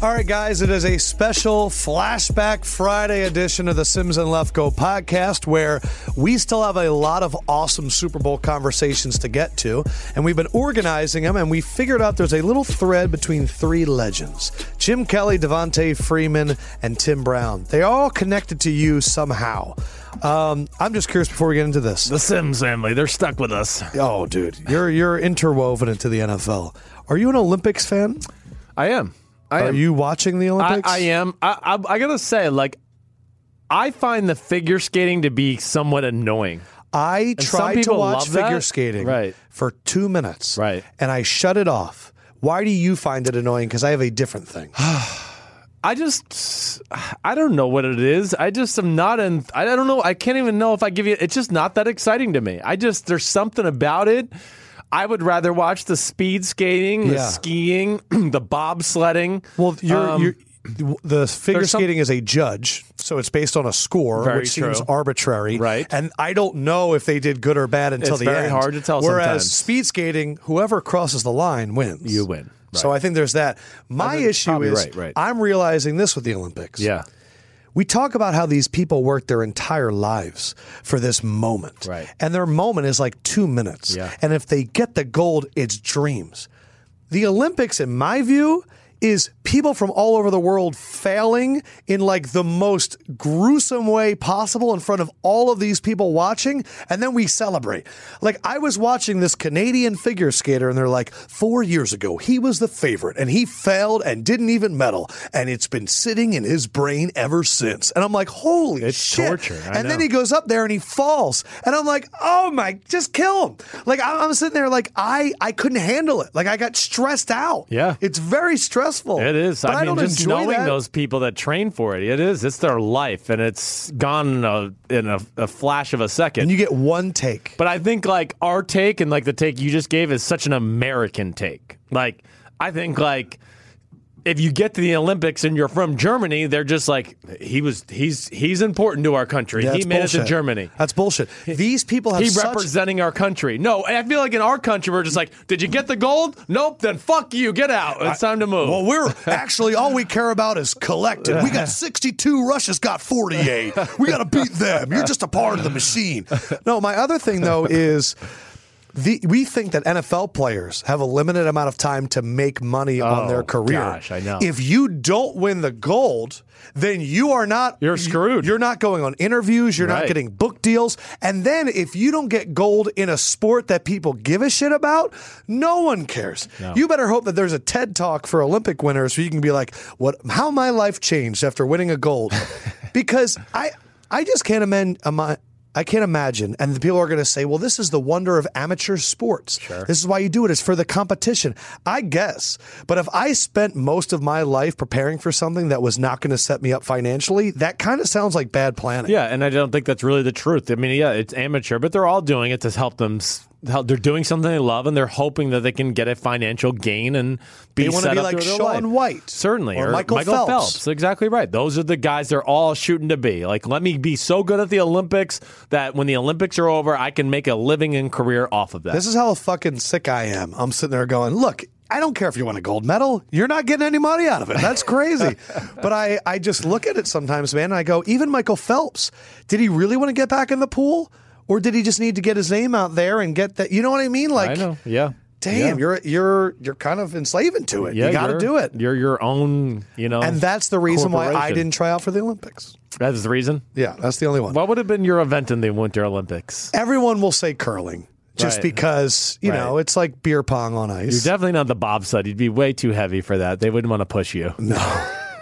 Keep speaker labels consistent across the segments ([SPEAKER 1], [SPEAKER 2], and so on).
[SPEAKER 1] All right, guys, it is a special Flashback Friday edition of the Sims and Left Go podcast where we still have a lot of awesome Super Bowl conversations to get to. And we've been organizing them, and we figured out there's a little thread between three legends Jim Kelly, Devontae Freeman, and Tim Brown. They are all connected to you somehow. Um, I'm just curious before we get into this.
[SPEAKER 2] The Sims family, they're stuck with us.
[SPEAKER 1] Oh, dude, you're, you're interwoven into the NFL. Are you an Olympics fan?
[SPEAKER 2] I am. I
[SPEAKER 1] Are
[SPEAKER 2] am.
[SPEAKER 1] you watching the
[SPEAKER 2] I,
[SPEAKER 1] Olympics?
[SPEAKER 2] I am. I, I, I gotta say, like, I find the figure skating to be somewhat annoying.
[SPEAKER 1] I
[SPEAKER 2] some
[SPEAKER 1] tried to
[SPEAKER 2] people
[SPEAKER 1] watch
[SPEAKER 2] love that.
[SPEAKER 1] figure skating
[SPEAKER 2] Right.
[SPEAKER 1] for two minutes,
[SPEAKER 2] Right.
[SPEAKER 1] and I shut it off. Why do you find it annoying? Because I have a different thing.
[SPEAKER 2] I just, I don't know what it is. I just am not in. I don't know. I can't even know if I give you. It's just not that exciting to me. I just there's something about it. I would rather watch the speed skating, the
[SPEAKER 1] Yeah.
[SPEAKER 2] skiing, the bobsledding.
[SPEAKER 1] Well, you're,
[SPEAKER 2] Um,
[SPEAKER 1] you're the figure
[SPEAKER 2] there's some-
[SPEAKER 1] skating is a judge, so it's based on a score,
[SPEAKER 2] Very
[SPEAKER 1] which seems
[SPEAKER 2] true.
[SPEAKER 1] arbitrary,
[SPEAKER 2] Right.
[SPEAKER 1] And I don't know if they did good or bad until
[SPEAKER 2] It's
[SPEAKER 1] the
[SPEAKER 2] very
[SPEAKER 1] end.
[SPEAKER 2] hard to tell
[SPEAKER 1] Whereas
[SPEAKER 2] sometimes.
[SPEAKER 1] speed skating, whoever crosses the line wins.
[SPEAKER 2] You win.
[SPEAKER 1] So I think there's that. My
[SPEAKER 2] think
[SPEAKER 1] issue
[SPEAKER 2] probably
[SPEAKER 1] is
[SPEAKER 2] right, right.
[SPEAKER 1] I'm realizing this with the Olympics.
[SPEAKER 2] yeah,
[SPEAKER 1] We talk about how these people work their entire lives for this moment.
[SPEAKER 2] Right.
[SPEAKER 1] And their moment is like two minutes.
[SPEAKER 2] Yeah.
[SPEAKER 1] And if they get the gold, it's dreams. The Olympics, in my view, is people from all over the world failing in like the most gruesome way possible in front of all of these people watching, and then we celebrate. Like, I was watching this Canadian figure skater, and they're like, four years ago, he was the favorite, and he failed and didn't even medal, and it's been sitting in his brain ever since. And I'm like, holy
[SPEAKER 2] It's
[SPEAKER 1] shit.
[SPEAKER 2] torture, I
[SPEAKER 1] and then
[SPEAKER 2] know.
[SPEAKER 1] he goes up there and he falls, and I'm like, oh my, just kill him. Like, I'm, I'm sitting there, like, I, I couldn't handle it. Like, I got stressed out.
[SPEAKER 2] Yeah.
[SPEAKER 1] It's very stressful.
[SPEAKER 2] it is.
[SPEAKER 1] But
[SPEAKER 2] I
[SPEAKER 1] I,
[SPEAKER 2] mean,
[SPEAKER 1] don't
[SPEAKER 2] just
[SPEAKER 1] enjoy
[SPEAKER 2] knowing
[SPEAKER 1] that.
[SPEAKER 2] those people that train for it, it is. It's their life, and it's gone in a in a, a flash of a second.
[SPEAKER 1] And you get one take.
[SPEAKER 2] But I think like our take and like the take you just gave is such an American take. Like I think like if you get to the Olympics and you're from Germany, they're just like he was he's he's important to our country.
[SPEAKER 1] That's
[SPEAKER 2] he made it
[SPEAKER 1] bullshit.
[SPEAKER 2] to Germany.
[SPEAKER 1] That's bullshit. These people have
[SPEAKER 2] He
[SPEAKER 1] such
[SPEAKER 2] representing our country. No, I feel like in our country we're just like, did you get the gold? Nope. Then fuck you. Get out. It's time to move.
[SPEAKER 1] Well, we're actually all we care about is collecting. We got 62, Russia's got 48. We got to beat them. You're just a part of the machine. No, my other thing though is the, we think that NFL players have a limited amount of time to make money on their career.
[SPEAKER 2] Oh, gosh, I know.
[SPEAKER 1] If you don't win the gold, then you are not
[SPEAKER 2] You're screwed.
[SPEAKER 1] You're not going on interviews, you're not
[SPEAKER 2] Right.
[SPEAKER 1] getting book deals. And then if you don't get gold in a sport that people give a shit about, no one cares. You better hope that there's a TED talk for Olympic winners so you can be like, what how my life changed after winning a gold. because I I just can't amend ama- I can't imagine. And the people are going to say, well, this is the wonder of amateur sports. This is why you do it. It's for the competition. I guess. But if I spent most of my life preparing for something that was not going to set me up financially, that kind of sounds like bad planning.
[SPEAKER 2] Yeah, and I don't think that's really the truth. I mean, yeah, it's amateur, but they're all doing it to help them. s- Help, they're doing something they love, and they're hoping that they can get a financial gain and be
[SPEAKER 1] They wanna
[SPEAKER 2] set
[SPEAKER 1] be
[SPEAKER 2] up
[SPEAKER 1] like
[SPEAKER 2] through their
[SPEAKER 1] Shaun
[SPEAKER 2] life.
[SPEAKER 1] White
[SPEAKER 2] certainly,
[SPEAKER 1] or Michael Phelps.
[SPEAKER 2] Exactly right. Those are the guys they're all shooting to be. Like, let me be so good at the Olympics that when the Olympics are over, I can make a living and career off of that.
[SPEAKER 1] This is how fucking sick I am. I'm sitting there going, look, I don't care if you win a gold medal. You're not getting any money out of it. That's crazy. but I, I just look at it sometimes, man, and I go, even Michael Phelps, did he really want to get back in the pool? Or did he just need to get his name out there and get that? You know what I mean? Like,
[SPEAKER 3] I know. Yeah. Yeah.
[SPEAKER 1] damn, you're you're you're kind of enslaving to it.
[SPEAKER 3] Yeah,
[SPEAKER 1] you got to
[SPEAKER 3] you're-
[SPEAKER 1] do it,
[SPEAKER 3] You're your own, you know.
[SPEAKER 1] and that's the reason why I
[SPEAKER 3] corporation.
[SPEAKER 1] didn't try out for the Olympics.
[SPEAKER 3] That's the reason.
[SPEAKER 1] Yeah, that's the only one.
[SPEAKER 3] What would have been your event in the Winter Olympics?
[SPEAKER 1] Everyone will say curling just
[SPEAKER 3] Right.
[SPEAKER 1] because you know
[SPEAKER 3] Right.
[SPEAKER 1] it's like beer pong on ice.
[SPEAKER 3] You're definitely not the bobsled. You'd be way too heavy for that. They wouldn't want to push you.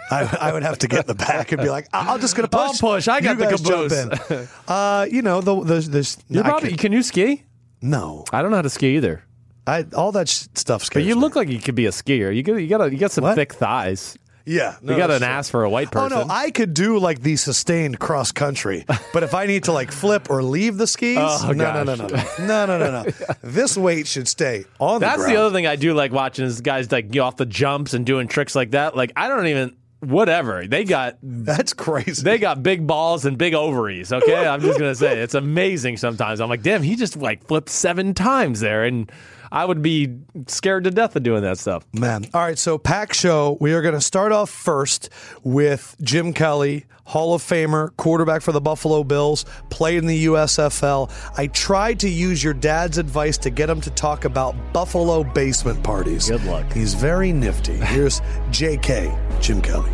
[SPEAKER 1] I, I would have to get in the back and be like, "I- I'm just gonna
[SPEAKER 3] I'll
[SPEAKER 1] push.
[SPEAKER 3] push. I got
[SPEAKER 1] you
[SPEAKER 3] the
[SPEAKER 1] guys jump
[SPEAKER 3] caboose."
[SPEAKER 1] in." uh, you know the the this.
[SPEAKER 3] You're
[SPEAKER 1] I
[SPEAKER 3] probably,
[SPEAKER 1] can't-
[SPEAKER 3] can you ski?
[SPEAKER 1] no.
[SPEAKER 3] I don't know how to ski either.
[SPEAKER 1] I all that sh- stuff
[SPEAKER 3] But
[SPEAKER 1] scares
[SPEAKER 3] you
[SPEAKER 1] me.
[SPEAKER 3] look like you could be a skier. You got you got you got some
[SPEAKER 1] What?
[SPEAKER 3] thick thighs.
[SPEAKER 1] Yeah, no,
[SPEAKER 3] you got
[SPEAKER 1] that's
[SPEAKER 3] an
[SPEAKER 1] true.
[SPEAKER 3] ass for a white person.
[SPEAKER 1] Oh no, I could do like the sustained cross country, but if I need to like flip or leave the skis,
[SPEAKER 3] Oh,
[SPEAKER 1] no, no, no, no, no, no, no, no, no. This weight should stay on.
[SPEAKER 3] That's
[SPEAKER 1] the
[SPEAKER 3] the
[SPEAKER 1] ground.
[SPEAKER 3] other thing I do like watching is guys like get off the jumps and doing tricks like that. Like I don't even whatever. They got
[SPEAKER 1] That's crazy.
[SPEAKER 3] they got big balls and big ovaries. Okay, I'm just gonna say it's amazing. Sometimes I'm like, damn, he just like flipped seven times there, and I would be scared to death of doing that stuff.
[SPEAKER 1] Man. All right. So, pack show. We are going to start off first with Jim Kelly, Hall of Famer, quarterback for the Buffalo Bills, played in the USFL. I tried to use your dad's advice to get him to talk about Buffalo basement parties.
[SPEAKER 3] Good luck.
[SPEAKER 1] He's very nifty. Here's JK, Jim Kelly.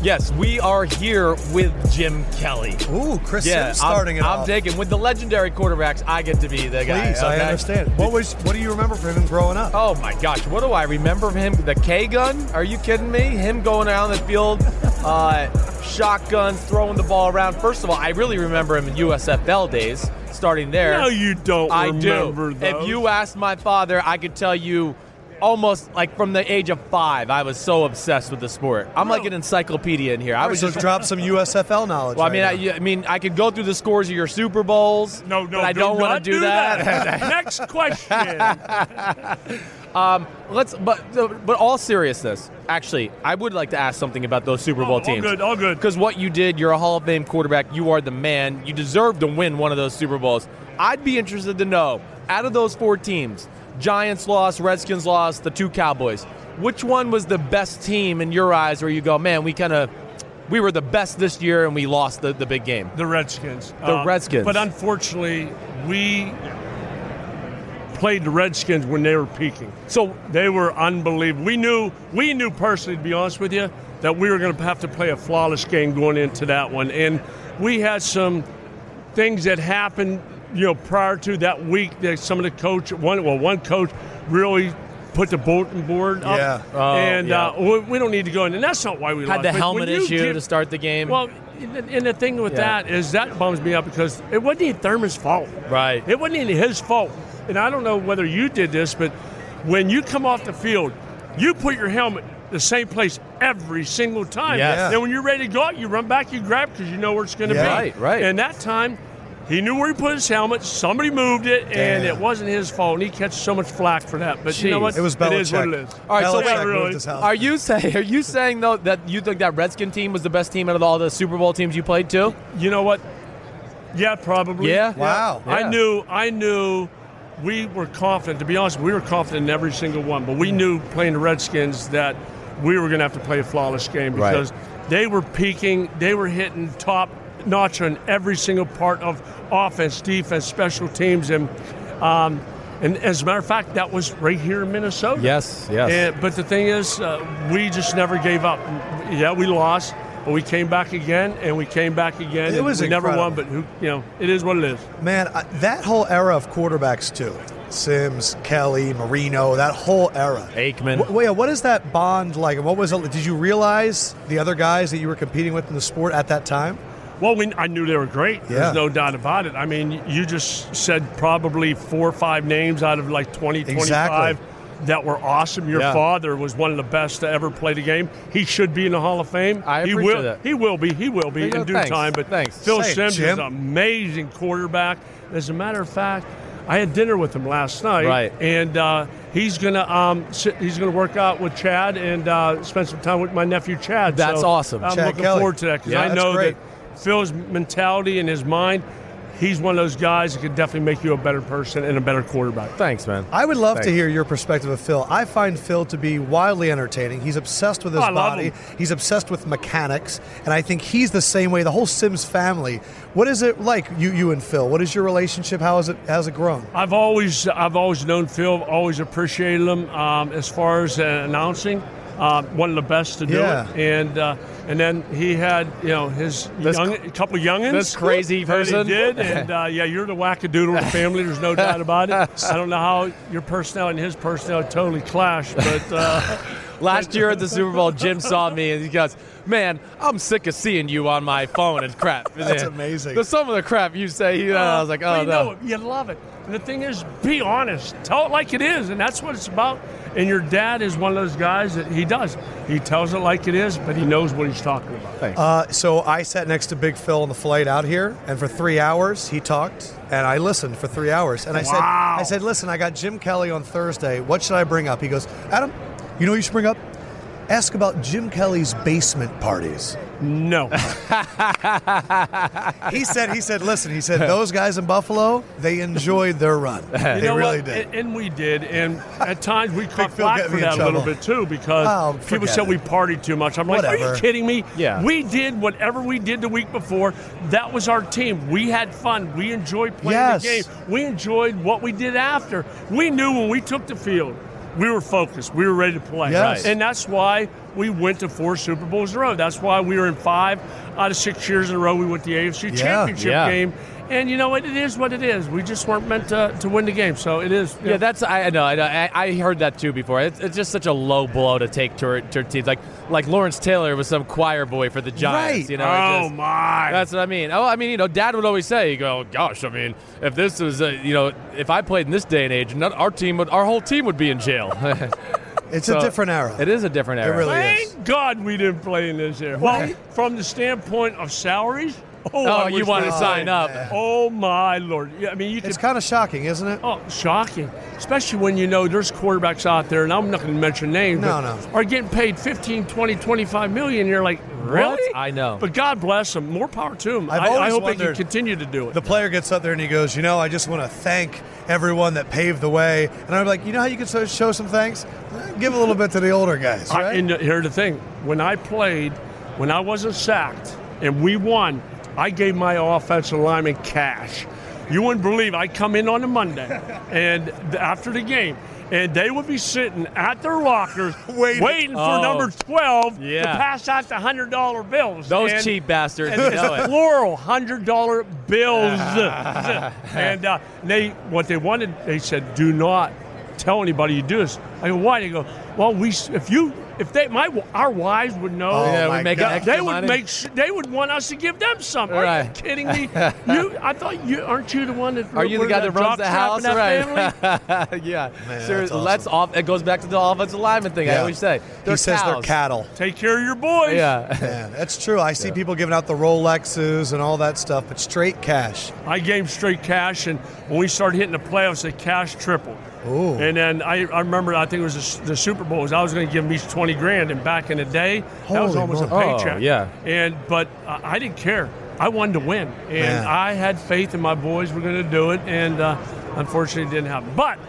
[SPEAKER 2] Yes, we are here with Jim Kelly.
[SPEAKER 1] Ooh, Chris
[SPEAKER 2] Yeah, I'm, I'm taking with the legendary quarterbacks. I get to be the guy. okay?
[SPEAKER 1] What was? What do you remember from him growing up?
[SPEAKER 2] Oh my gosh, what do I remember of him? The K gun? Are you kidding me? Him going around the field, uh, shotguns, throwing the ball around. First of all, I really remember him in USFL days, starting there.
[SPEAKER 3] you don't.
[SPEAKER 2] I do. If you asked my father, I could tell you almost like from the age of five, I was so obsessed with the sport. I'm like an encyclopedia in here. I was
[SPEAKER 1] so
[SPEAKER 2] just
[SPEAKER 1] drop some USFL knowledge.
[SPEAKER 2] Well, I
[SPEAKER 1] right
[SPEAKER 2] mean, I,
[SPEAKER 1] now.
[SPEAKER 2] you- I mean, I could go through the scores of your Super Bowls.
[SPEAKER 4] No, no,
[SPEAKER 2] but I
[SPEAKER 4] do
[SPEAKER 2] don't
[SPEAKER 4] want
[SPEAKER 2] want to do that.
[SPEAKER 4] Next question.
[SPEAKER 2] Let's, but but all seriousness, actually, I would like to ask something about those Super Bowl
[SPEAKER 4] all
[SPEAKER 2] teams.
[SPEAKER 4] Oh, good, all good.
[SPEAKER 2] Because what you did, you're a Hall of Fame quarterback. You are the man. You deserve to win one of those Super Bowls. I'd be interested to know, out of those four teams, Giants lost, Redskins lost, the two Cowboys. Which one was the best team in your eyes? Where you go, man, we kind of, we were the best this year, and we lost the, the big game.
[SPEAKER 4] The Redskins. Um,
[SPEAKER 2] The Redskins.
[SPEAKER 4] But unfortunately, we played the Redskins when they were peaking.
[SPEAKER 2] So
[SPEAKER 4] They were unbelievable. We knew, we knew personally, to be honest with you, that we were going to have to play a flawless game going into that one. And we had some things that happened, you know, prior to that week that some of the coach, one well, one coach really put the bulletin board up.
[SPEAKER 1] Yeah.
[SPEAKER 2] Oh,
[SPEAKER 4] and
[SPEAKER 2] yeah.
[SPEAKER 4] uh, we, we don't need to go in. And that's not why we
[SPEAKER 2] had
[SPEAKER 4] lost.
[SPEAKER 2] the
[SPEAKER 4] But when
[SPEAKER 2] helmet
[SPEAKER 4] you
[SPEAKER 2] issue
[SPEAKER 4] give-
[SPEAKER 2] to start the game.
[SPEAKER 4] Well, and the thing with
[SPEAKER 2] Yeah.
[SPEAKER 4] that is that bums me up because it wasn't even Thurman's fault.
[SPEAKER 2] Right.
[SPEAKER 4] It wasn't even his fault. And I don't know whether you did this, but when you come off the field, you put your helmet the same place every single time.
[SPEAKER 2] Yes. Yeah.
[SPEAKER 4] And when you're ready to go out, you run back, you grab because you know where it's going to
[SPEAKER 1] Yeah.
[SPEAKER 4] be.
[SPEAKER 2] Right, right.
[SPEAKER 4] And that time, he knew where he put his helmet. Somebody moved it, and
[SPEAKER 1] Damn.
[SPEAKER 4] it wasn't his fault. And he catches so much flack for that. But you know
[SPEAKER 2] Jeez.
[SPEAKER 4] what?
[SPEAKER 1] it was Belichick.
[SPEAKER 4] It is what it is.
[SPEAKER 2] All right, so
[SPEAKER 1] Belichick
[SPEAKER 2] wait,
[SPEAKER 1] moved
[SPEAKER 4] really?
[SPEAKER 1] his house.
[SPEAKER 2] Are you say are you saying though that you think that Redskin team was the best team out of all the Super Bowl teams you played too?
[SPEAKER 4] You know what? Yeah, probably.
[SPEAKER 2] Yeah?
[SPEAKER 1] Wow.
[SPEAKER 2] Yeah.
[SPEAKER 4] I knew. I knew. We were confident. To be honest, we were confident in every single one. But we knew playing the Redskins that we were going to have to play a flawless game
[SPEAKER 2] Right.
[SPEAKER 4] because they were peaking. They were hitting top notch on every single part of offense, defense, special teams, and um, and as a matter of fact, that was right here in Minnesota.
[SPEAKER 2] Yes, yes.
[SPEAKER 4] And, but the thing is, uh, we just never gave up. Yeah, we lost, but we came back again, and we came back again.
[SPEAKER 1] It
[SPEAKER 4] and
[SPEAKER 1] was
[SPEAKER 4] we never won,
[SPEAKER 1] incredible.
[SPEAKER 4] but who you know, it is what it is.
[SPEAKER 1] Man, I, that whole era of quarterbacks too. Sims, Kelly, Marino, that whole era.
[SPEAKER 2] Aikman.
[SPEAKER 1] Wh- yeah, what is that bond like? What was it? Did you realize the other guys that you were competing with in the sport at that time?
[SPEAKER 4] Well, we, I knew they were great.
[SPEAKER 1] Yeah.
[SPEAKER 4] There's no doubt about it. I mean, you just said probably four or five names out of like 20,
[SPEAKER 1] Exactly.
[SPEAKER 4] 25 that were awesome. Your
[SPEAKER 2] Yeah.
[SPEAKER 4] father was one of the best to ever play the game. He should be in the Hall of Fame.
[SPEAKER 2] I
[SPEAKER 4] he
[SPEAKER 2] appreciate
[SPEAKER 4] will,
[SPEAKER 2] that.
[SPEAKER 4] He will be. He will
[SPEAKER 2] There
[SPEAKER 4] be
[SPEAKER 2] you
[SPEAKER 4] in
[SPEAKER 2] go.
[SPEAKER 4] due
[SPEAKER 2] Thanks.
[SPEAKER 4] time. But
[SPEAKER 2] Thanks.
[SPEAKER 4] Phil
[SPEAKER 1] Say it,
[SPEAKER 4] Sims is
[SPEAKER 1] Jim.
[SPEAKER 4] an amazing quarterback. As a matter of fact, I had dinner with him last night.
[SPEAKER 2] Right.
[SPEAKER 4] And uh, he's gonna um, sit, he's gonna work out with Chad and uh, spend some time with my nephew Chad.
[SPEAKER 2] That's
[SPEAKER 4] So
[SPEAKER 2] awesome.
[SPEAKER 4] I'm
[SPEAKER 1] Chad
[SPEAKER 4] looking
[SPEAKER 1] Kelly.
[SPEAKER 4] forward to that because
[SPEAKER 1] Yeah,
[SPEAKER 4] I
[SPEAKER 1] that's
[SPEAKER 4] know
[SPEAKER 1] great.
[SPEAKER 4] that Phil's mentality and his mind, he's one of those guys that could definitely make you a better person and a better quarterback.
[SPEAKER 5] Thanks, man.
[SPEAKER 1] I would love to
[SPEAKER 5] Thanks.
[SPEAKER 1] hear your perspective of Phil. I find Phil to be wildly entertaining. He's obsessed with his
[SPEAKER 4] Oh, I love
[SPEAKER 1] body.
[SPEAKER 4] him.
[SPEAKER 1] He's obsessed with mechanics, and I think he's the same way. The whole Sims family. What is it like, you, you and Phil? What is your relationship? How has it how's it grown?
[SPEAKER 4] I've always I've always known Phil, always appreciated him um, as far as uh, announcing. Uh, one of the best to do
[SPEAKER 1] Yeah.
[SPEAKER 4] it, and uh, and then he had you know his young, a couple youngins.
[SPEAKER 5] this crazy
[SPEAKER 4] that he
[SPEAKER 5] person.
[SPEAKER 4] did, and uh, yeah, you're the wackadoodle family. There's no doubt about it. I don't know how your personality and his personality totally clash, but uh,
[SPEAKER 2] Last year at the Super Bowl, Jim saw me and he goes, "Man, I'm sick of seeing you on my phone and crap." That's
[SPEAKER 1] amazing.
[SPEAKER 2] The, some of the crap you say, you know, I was like,
[SPEAKER 4] but
[SPEAKER 2] "Oh
[SPEAKER 4] Uh, you
[SPEAKER 2] no."
[SPEAKER 4] know it. you love it. And the thing is, be honest. Tell it like it is, and that's what it's about. And your dad is one of those guys that he does. He tells it like it is, but he knows what he's talking about.
[SPEAKER 1] Uh, so I sat next to Big Phil on the flight out here, and for three hours he talked, and I listened for three hours. And I
[SPEAKER 4] Wow.
[SPEAKER 1] said, I said, listen, I got Jim Kelly on Thursday. What should I bring up? He goes, Adam, you know what you should bring up? Ask about Jim Kelly's basement parties.
[SPEAKER 4] No,
[SPEAKER 1] He said, he said, listen, he said, those guys in Buffalo, they enjoyed their run. they
[SPEAKER 4] You know
[SPEAKER 1] really
[SPEAKER 4] what?
[SPEAKER 1] did.
[SPEAKER 4] And, and we did. And at times we caught
[SPEAKER 1] Phil
[SPEAKER 4] flack
[SPEAKER 1] got
[SPEAKER 4] for
[SPEAKER 1] me in
[SPEAKER 4] that a little
[SPEAKER 1] trouble.
[SPEAKER 4] bit too because
[SPEAKER 1] Oh,
[SPEAKER 4] people
[SPEAKER 1] forget
[SPEAKER 4] said
[SPEAKER 1] it.
[SPEAKER 4] we partied too much. I'm like, are
[SPEAKER 1] Whatever.
[SPEAKER 4] you kidding me?
[SPEAKER 5] Yeah.
[SPEAKER 4] We did whatever we did the week before. That was our team. We had fun. We enjoyed playing
[SPEAKER 1] Yes.
[SPEAKER 4] the game. We enjoyed what we did after. We knew when we took the field, we were focused. We were ready to play.
[SPEAKER 1] Yes.
[SPEAKER 4] And that's why we went to four Super Bowls in a row. That's why we were in five out of six years in a row. We went to the AFC
[SPEAKER 1] Yeah.
[SPEAKER 4] Championship
[SPEAKER 5] Yeah.
[SPEAKER 4] game. And you know what? It is what it is. We just weren't meant to, to win the game, so it is.
[SPEAKER 2] Yeah, that's I I know. I, know. I, I heard that too before. It's, it's just such a low blow to take to, to teams. Like like Lawrence Taylor was some choir boy for the Giants.
[SPEAKER 1] Right.
[SPEAKER 2] You know, it
[SPEAKER 4] oh
[SPEAKER 2] just-
[SPEAKER 4] my!
[SPEAKER 2] That's what I mean. Oh, I mean, you know, Dad would always say, "You go, gosh, I mean, if this was, a, you know, if I played in this day and age, none, our team would, our whole team would be in jail."
[SPEAKER 1] it's
[SPEAKER 2] So,
[SPEAKER 1] a different era.
[SPEAKER 2] It is a different era.
[SPEAKER 1] It really is.
[SPEAKER 4] Thank God we didn't play in this era. Well, from the standpoint of salaries, oh, I
[SPEAKER 2] Oh, you
[SPEAKER 4] wish
[SPEAKER 2] wanted
[SPEAKER 4] we
[SPEAKER 2] to
[SPEAKER 4] played.
[SPEAKER 2] sign up?
[SPEAKER 4] Oh my lord! Yeah, I mean, you
[SPEAKER 1] It's
[SPEAKER 4] could.
[SPEAKER 1] kind of shocking, isn't it?
[SPEAKER 4] Oh, shocking! Especially when you know there's quarterbacks out there, and I'm not going to mention names.
[SPEAKER 1] No,
[SPEAKER 4] but
[SPEAKER 1] no.
[SPEAKER 4] Are getting paid 15, 20, 25 million. And you're like, really?
[SPEAKER 2] I know.
[SPEAKER 4] But God bless them. More power to them.
[SPEAKER 1] I've
[SPEAKER 4] I, I
[SPEAKER 1] always
[SPEAKER 4] hope they
[SPEAKER 1] wondered-
[SPEAKER 4] can continue to do it.
[SPEAKER 1] The player gets up there and he goes, You know, I just want to thank everyone that paved the way. And I'm like, You know how you can so- show some thanks? Eh, Give a little bit to the older guys,
[SPEAKER 4] I-
[SPEAKER 1] right?
[SPEAKER 4] and uh, here's the thing: when I played, when I wasn't sacked, and we won, I gave my offensive lineman cash. You wouldn't believe. I come in on a Monday, and th- after the game, and they would be sitting at their lockers
[SPEAKER 1] Waiting.
[SPEAKER 4] waiting, for number twelve
[SPEAKER 2] Oh. Yeah.
[SPEAKER 4] to pass out the hundred dollar bills.
[SPEAKER 2] Those
[SPEAKER 4] And-
[SPEAKER 2] cheap bastards,
[SPEAKER 4] and
[SPEAKER 2] you
[SPEAKER 4] it's
[SPEAKER 2] know it.
[SPEAKER 4] plural hundred dollar bills.
[SPEAKER 2] Ah.
[SPEAKER 4] and uh, they what they wanted, they said, do not tell anybody you do this. I go, why? They go, well, we s- if you if they my our wives would know.
[SPEAKER 1] Oh,
[SPEAKER 2] yeah,
[SPEAKER 1] my
[SPEAKER 2] we make
[SPEAKER 1] God.
[SPEAKER 2] an extra
[SPEAKER 4] They would
[SPEAKER 2] money.
[SPEAKER 4] make. su- They would want us to give them some. Are you
[SPEAKER 2] Right.
[SPEAKER 4] kidding me? You, I thought you aren't you the one that
[SPEAKER 2] Are you the
[SPEAKER 4] were
[SPEAKER 2] guy that runs
[SPEAKER 4] jock
[SPEAKER 2] the
[SPEAKER 4] strap
[SPEAKER 2] house?
[SPEAKER 4] in that family?
[SPEAKER 2] Right. yeah.
[SPEAKER 1] that's
[SPEAKER 2] Seriously, let's off. It goes back to the offensive lineman thing. I
[SPEAKER 1] Yeah.
[SPEAKER 2] always say.
[SPEAKER 1] he
[SPEAKER 2] They're
[SPEAKER 1] says they're
[SPEAKER 2] cows.
[SPEAKER 1] cattle.
[SPEAKER 4] Take care of your boys.
[SPEAKER 2] Yeah.
[SPEAKER 1] Man, that's true. I see people giving out the Rolexes and all that stuff, but straight cash.
[SPEAKER 4] I gave him straight cash, and when we started hitting the playoffs, the cash tripled.
[SPEAKER 1] Ooh.
[SPEAKER 4] And then I, I remember, I think it was the, S- the Super Bowls. I was going to give him each twenty grand, and back in the day, that was
[SPEAKER 1] Holy
[SPEAKER 4] almost
[SPEAKER 1] moly.
[SPEAKER 4] a
[SPEAKER 2] Oh,
[SPEAKER 4] paycheck.
[SPEAKER 2] yeah.
[SPEAKER 4] And but I, I didn't care. I wanted to win, and
[SPEAKER 1] Man.
[SPEAKER 4] I had faith in my boys were going to do it, and uh, unfortunately, it didn't happen. But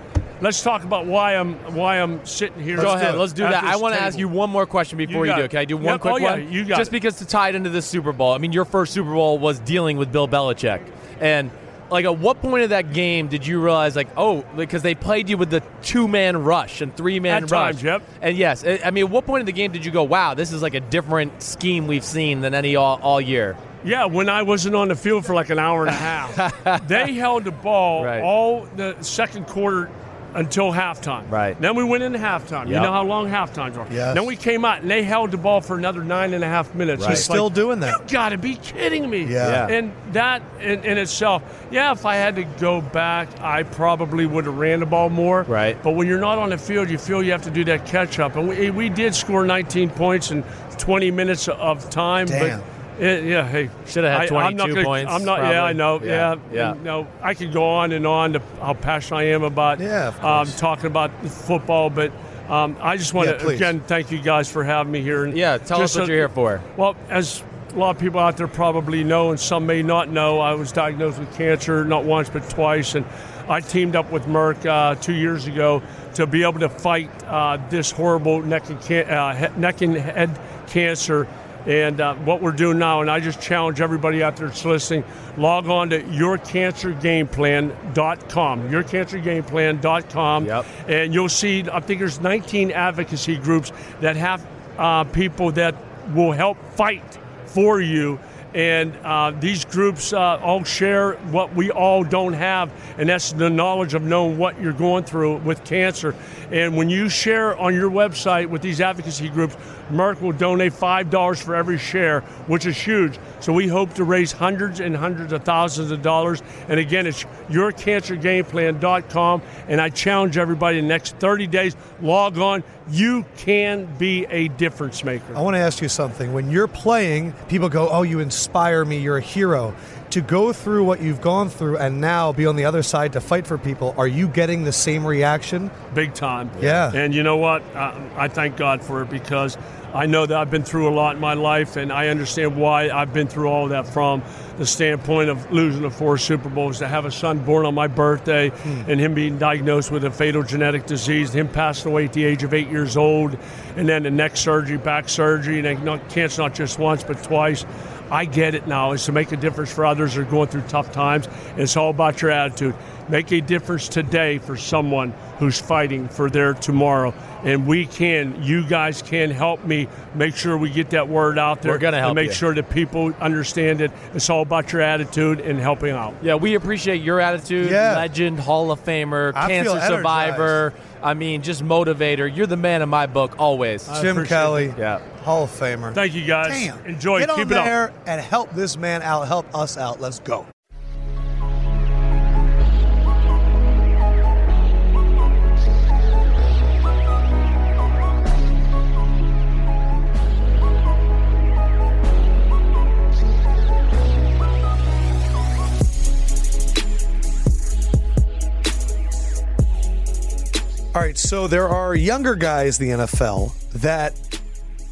[SPEAKER 4] let's talk about why I'm why I'm sitting here.
[SPEAKER 2] Go ahead. Let's do
[SPEAKER 4] at
[SPEAKER 2] that.
[SPEAKER 4] this
[SPEAKER 2] I want to
[SPEAKER 4] table.
[SPEAKER 2] ask you one more question before you,
[SPEAKER 4] You got
[SPEAKER 2] do.
[SPEAKER 4] it.
[SPEAKER 2] Can I do
[SPEAKER 4] Yep.
[SPEAKER 2] one quick
[SPEAKER 4] Oh, yeah.
[SPEAKER 2] one?
[SPEAKER 4] You got
[SPEAKER 2] Just
[SPEAKER 4] it.
[SPEAKER 2] because to tie it into the Super Bowl. I mean, your first Super Bowl was dealing with Bill Belichick, and like at what point of that game did you realize like oh because they played you with the two man rush and three man rush?
[SPEAKER 4] At times, yep.
[SPEAKER 2] And yes, I I mean, at what point in the game did you go wow this is like a different scheme we've seen than any all, all year?
[SPEAKER 4] Yeah, when I wasn't on the field for like an hour and a half, they held the ball
[SPEAKER 2] Right.
[SPEAKER 4] all the second quarter until halftime.
[SPEAKER 2] Right.
[SPEAKER 4] Then we went into halftime. You
[SPEAKER 2] Yep.
[SPEAKER 4] know how long halftimes are.
[SPEAKER 1] Yes.
[SPEAKER 4] Then we came out and they held the ball for another nine and a half minutes.
[SPEAKER 2] Right.
[SPEAKER 4] It's
[SPEAKER 1] Still
[SPEAKER 4] like,
[SPEAKER 1] doing that.
[SPEAKER 4] You got to be kidding me.
[SPEAKER 1] Yeah.
[SPEAKER 2] Yeah.
[SPEAKER 4] And that in, in itself, yeah, if I had to go back, I probably would have ran the ball more.
[SPEAKER 2] Right.
[SPEAKER 4] But when you're not on the field, you feel you have to do that catch up. And we, we did score 19 points in 20 minutes of time.
[SPEAKER 1] Damn.
[SPEAKER 4] But it, yeah, hey.
[SPEAKER 2] Shoulda had
[SPEAKER 4] I- I'm not
[SPEAKER 2] 22
[SPEAKER 4] gonna-
[SPEAKER 2] points,
[SPEAKER 4] I'm not, yeah, I
[SPEAKER 2] probably.
[SPEAKER 4] know.
[SPEAKER 2] Yeah,
[SPEAKER 4] Yeah.
[SPEAKER 2] yeah.
[SPEAKER 4] No, I could go on and on to how passionate I am about
[SPEAKER 1] Yeah, of
[SPEAKER 4] um,
[SPEAKER 1] course.
[SPEAKER 4] talking about football. But um, I just want
[SPEAKER 1] Yeah,
[SPEAKER 4] to,
[SPEAKER 1] please.
[SPEAKER 4] again, thank you guys for having me here. And
[SPEAKER 2] Yeah, tell us
[SPEAKER 4] just
[SPEAKER 2] what
[SPEAKER 4] so-
[SPEAKER 2] you're here for.
[SPEAKER 4] well, as a lot of people out there probably know, and some may not know. I was diagnosed with cancer not once but twice, and I teamed up with Merck uh, two years ago to be able to fight uh, this horrible neck and, can- uh, he- neck and head cancer. And uh, what we're doing now, and I just challenge everybody out there that's listening log on to yourcancergameplan.com. Yourcancergameplan.com.
[SPEAKER 2] Yep.
[SPEAKER 4] And you'll see, I think there's 19 advocacy groups that have uh, people that will help fight for you. And uh, these groups uh, all share what we all don't have, and that's the knowledge of knowing what you're going through with cancer. And when you share on your website with these advocacy groups, Merck will donate $5 for every share, which is huge. So we hope to raise hundreds and hundreds of thousands of dollars. And again, it's yourcancergameplan.com. And I challenge everybody in the next 30 days, log on. You can be a difference maker.
[SPEAKER 1] I want to ask you something. When you're playing, people go, "Oh, you inspire me. You're a hero." To go through what you've gone through and now be on the other side to fight for people, are you getting the same reaction?
[SPEAKER 4] big time.
[SPEAKER 1] Yeah.
[SPEAKER 4] And you know what? I, I thank God for it because I know that I've been through a lot in my life, and I understand why I've been through all that from the standpoint of losing the four Super Bowls, to have a son born on my birthday, and him being diagnosed with a fatal genetic disease, him passing away at the age of eight years old, and then the neck surgery, back surgery, and then not, cancer not just once but twice. I get it now. It's to make a difference for others that are going through tough times. It's all about your attitude. Make a difference today for someone who's fighting for their tomorrow. And we can, you guys can help me make sure we get that word out there.
[SPEAKER 2] We're gonna help
[SPEAKER 4] And make
[SPEAKER 2] you.
[SPEAKER 4] sure that people understand it. It's all about your attitude and helping out.
[SPEAKER 2] Yeah, we appreciate your attitude,
[SPEAKER 1] Yeah.
[SPEAKER 2] legend, Hall of Famer,
[SPEAKER 1] I feel
[SPEAKER 2] cancer survivor. I mean, just motivator. You're the man in my book, always.
[SPEAKER 1] Jim Kelly,
[SPEAKER 2] Yeah.
[SPEAKER 1] Hall of Famer.
[SPEAKER 4] Thank you guys.
[SPEAKER 1] Damn.
[SPEAKER 4] Enjoy.
[SPEAKER 1] Get
[SPEAKER 4] Keep
[SPEAKER 1] on
[SPEAKER 4] it up.
[SPEAKER 1] there and help this man out. Help us out. Let's go.
[SPEAKER 6] All right, so there are younger guys in the NFL that.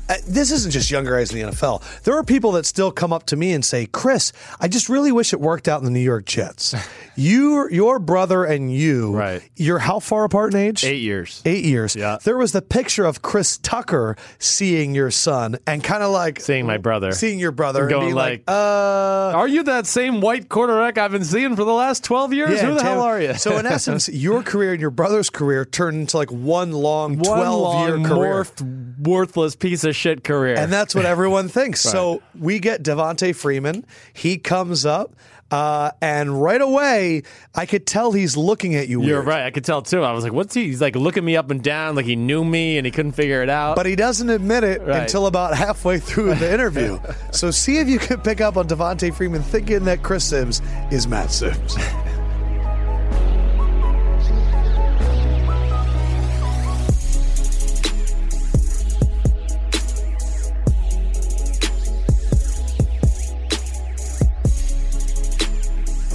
[SPEAKER 6] Uh, this isn't just younger guys in the NFL. There are people that still come up to me and say, "Chris, I just really wish it worked out in the New York Jets. you, your brother, and you.
[SPEAKER 5] Right.
[SPEAKER 6] You're how far apart in age?
[SPEAKER 5] Eight years.
[SPEAKER 6] Eight years.
[SPEAKER 5] Yeah.
[SPEAKER 6] There was the picture of Chris Tucker seeing your son and kind of like
[SPEAKER 5] Seeing my brother.
[SPEAKER 6] seeing your brother, and
[SPEAKER 5] Going
[SPEAKER 6] being like, "Uh,
[SPEAKER 5] like, Are you that same white quarterback I've been seeing for the last 12 years?
[SPEAKER 6] Yeah,
[SPEAKER 5] Who the hell
[SPEAKER 6] Taylor-
[SPEAKER 5] are you?
[SPEAKER 6] so in essence, your career and your brother's career turned into like one long
[SPEAKER 5] One
[SPEAKER 6] twelve year
[SPEAKER 5] long,
[SPEAKER 6] career.
[SPEAKER 5] morphed, worthless piece of shit career.
[SPEAKER 6] And that's what everyone thinks. So we get Devonte Freeman. He comes up, uh, and right away, I could tell he's looking at you.
[SPEAKER 5] You're
[SPEAKER 6] weird.
[SPEAKER 5] right. I could tell too. I was like, what's he? He's like looking me up and down like he knew me and he couldn't figure it out.
[SPEAKER 6] But he doesn't admit it
[SPEAKER 5] Right.
[SPEAKER 6] until about halfway through the interview. so see if you can pick up on Devonte Freeman thinking that Chris Sims is Matt Sims.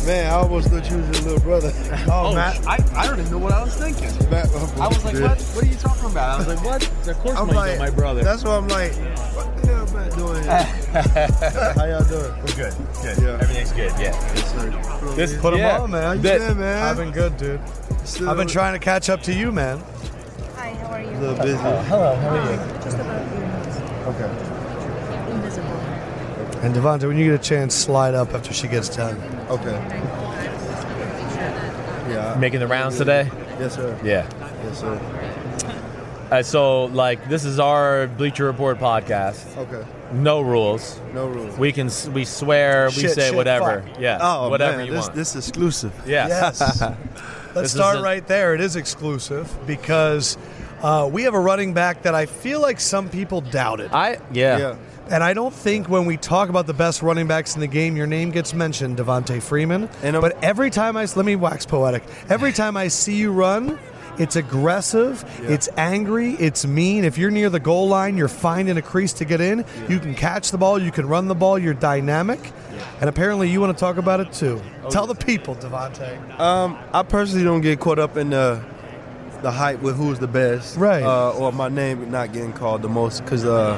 [SPEAKER 7] Man, I almost thought you was your little brother.
[SPEAKER 1] Oh, Matt,
[SPEAKER 2] I, I don't even know what I was thinking.
[SPEAKER 7] Matt, I
[SPEAKER 2] What are you talking about? I was like, what? Of course,
[SPEAKER 7] I'm like, That's why I'm like, what the hell Matt doing here? How y'all doing? We're good. Good. Yeah. Everything's good. Yeah. This
[SPEAKER 1] put him
[SPEAKER 2] Yeah.
[SPEAKER 1] on, man. How you
[SPEAKER 2] That-
[SPEAKER 1] been, man?
[SPEAKER 7] I've
[SPEAKER 1] been good, dude.
[SPEAKER 7] still
[SPEAKER 1] I've been trying to catch up to you, man.
[SPEAKER 8] Hi, how are you?
[SPEAKER 7] a little busy.
[SPEAKER 8] Just about you.
[SPEAKER 7] Okay.
[SPEAKER 8] Invisible.
[SPEAKER 1] And Devonta, when you get a chance, slide up after she gets done.
[SPEAKER 7] Okay. Yeah.
[SPEAKER 2] Making the rounds today?
[SPEAKER 7] Yes, sir.
[SPEAKER 2] Yeah.
[SPEAKER 7] Yes, sir.
[SPEAKER 2] Uh, so, like, this is our Bleacher Report podcast.
[SPEAKER 7] Okay.
[SPEAKER 2] No rules.
[SPEAKER 7] No rules.
[SPEAKER 2] We can s- we swear we
[SPEAKER 1] Shit,
[SPEAKER 2] say
[SPEAKER 1] shit,
[SPEAKER 2] whatever.
[SPEAKER 1] fuck.
[SPEAKER 2] Yeah.
[SPEAKER 7] Oh,
[SPEAKER 2] whatever
[SPEAKER 7] man,
[SPEAKER 2] you
[SPEAKER 7] this,
[SPEAKER 2] want.
[SPEAKER 7] This is exclusive.
[SPEAKER 2] yeah.
[SPEAKER 1] Yes. Let's
[SPEAKER 2] is
[SPEAKER 1] start
[SPEAKER 2] a-
[SPEAKER 1] right there. It is exclusive because uh, we have a running back that I feel like some people doubted.
[SPEAKER 2] I yeah.
[SPEAKER 7] Yeah.
[SPEAKER 1] And I don't think when we talk about the best running backs in the game, your name gets mentioned, Devontae Freeman.
[SPEAKER 7] And I'm-
[SPEAKER 1] but every time I let me wax poetic, every time I see you run, it's aggressive, it's angry, it's mean. If you're near the goal line, you're finding a crease to get in. You can catch the ball, you can run the ball, you're dynamic. And apparently, you want to talk about it too. Tell the people, Devontae.
[SPEAKER 7] Um, I personally don't get caught up in the the hype with who's the best,
[SPEAKER 1] Right.
[SPEAKER 7] Uh, or my name not getting called the most, because uh,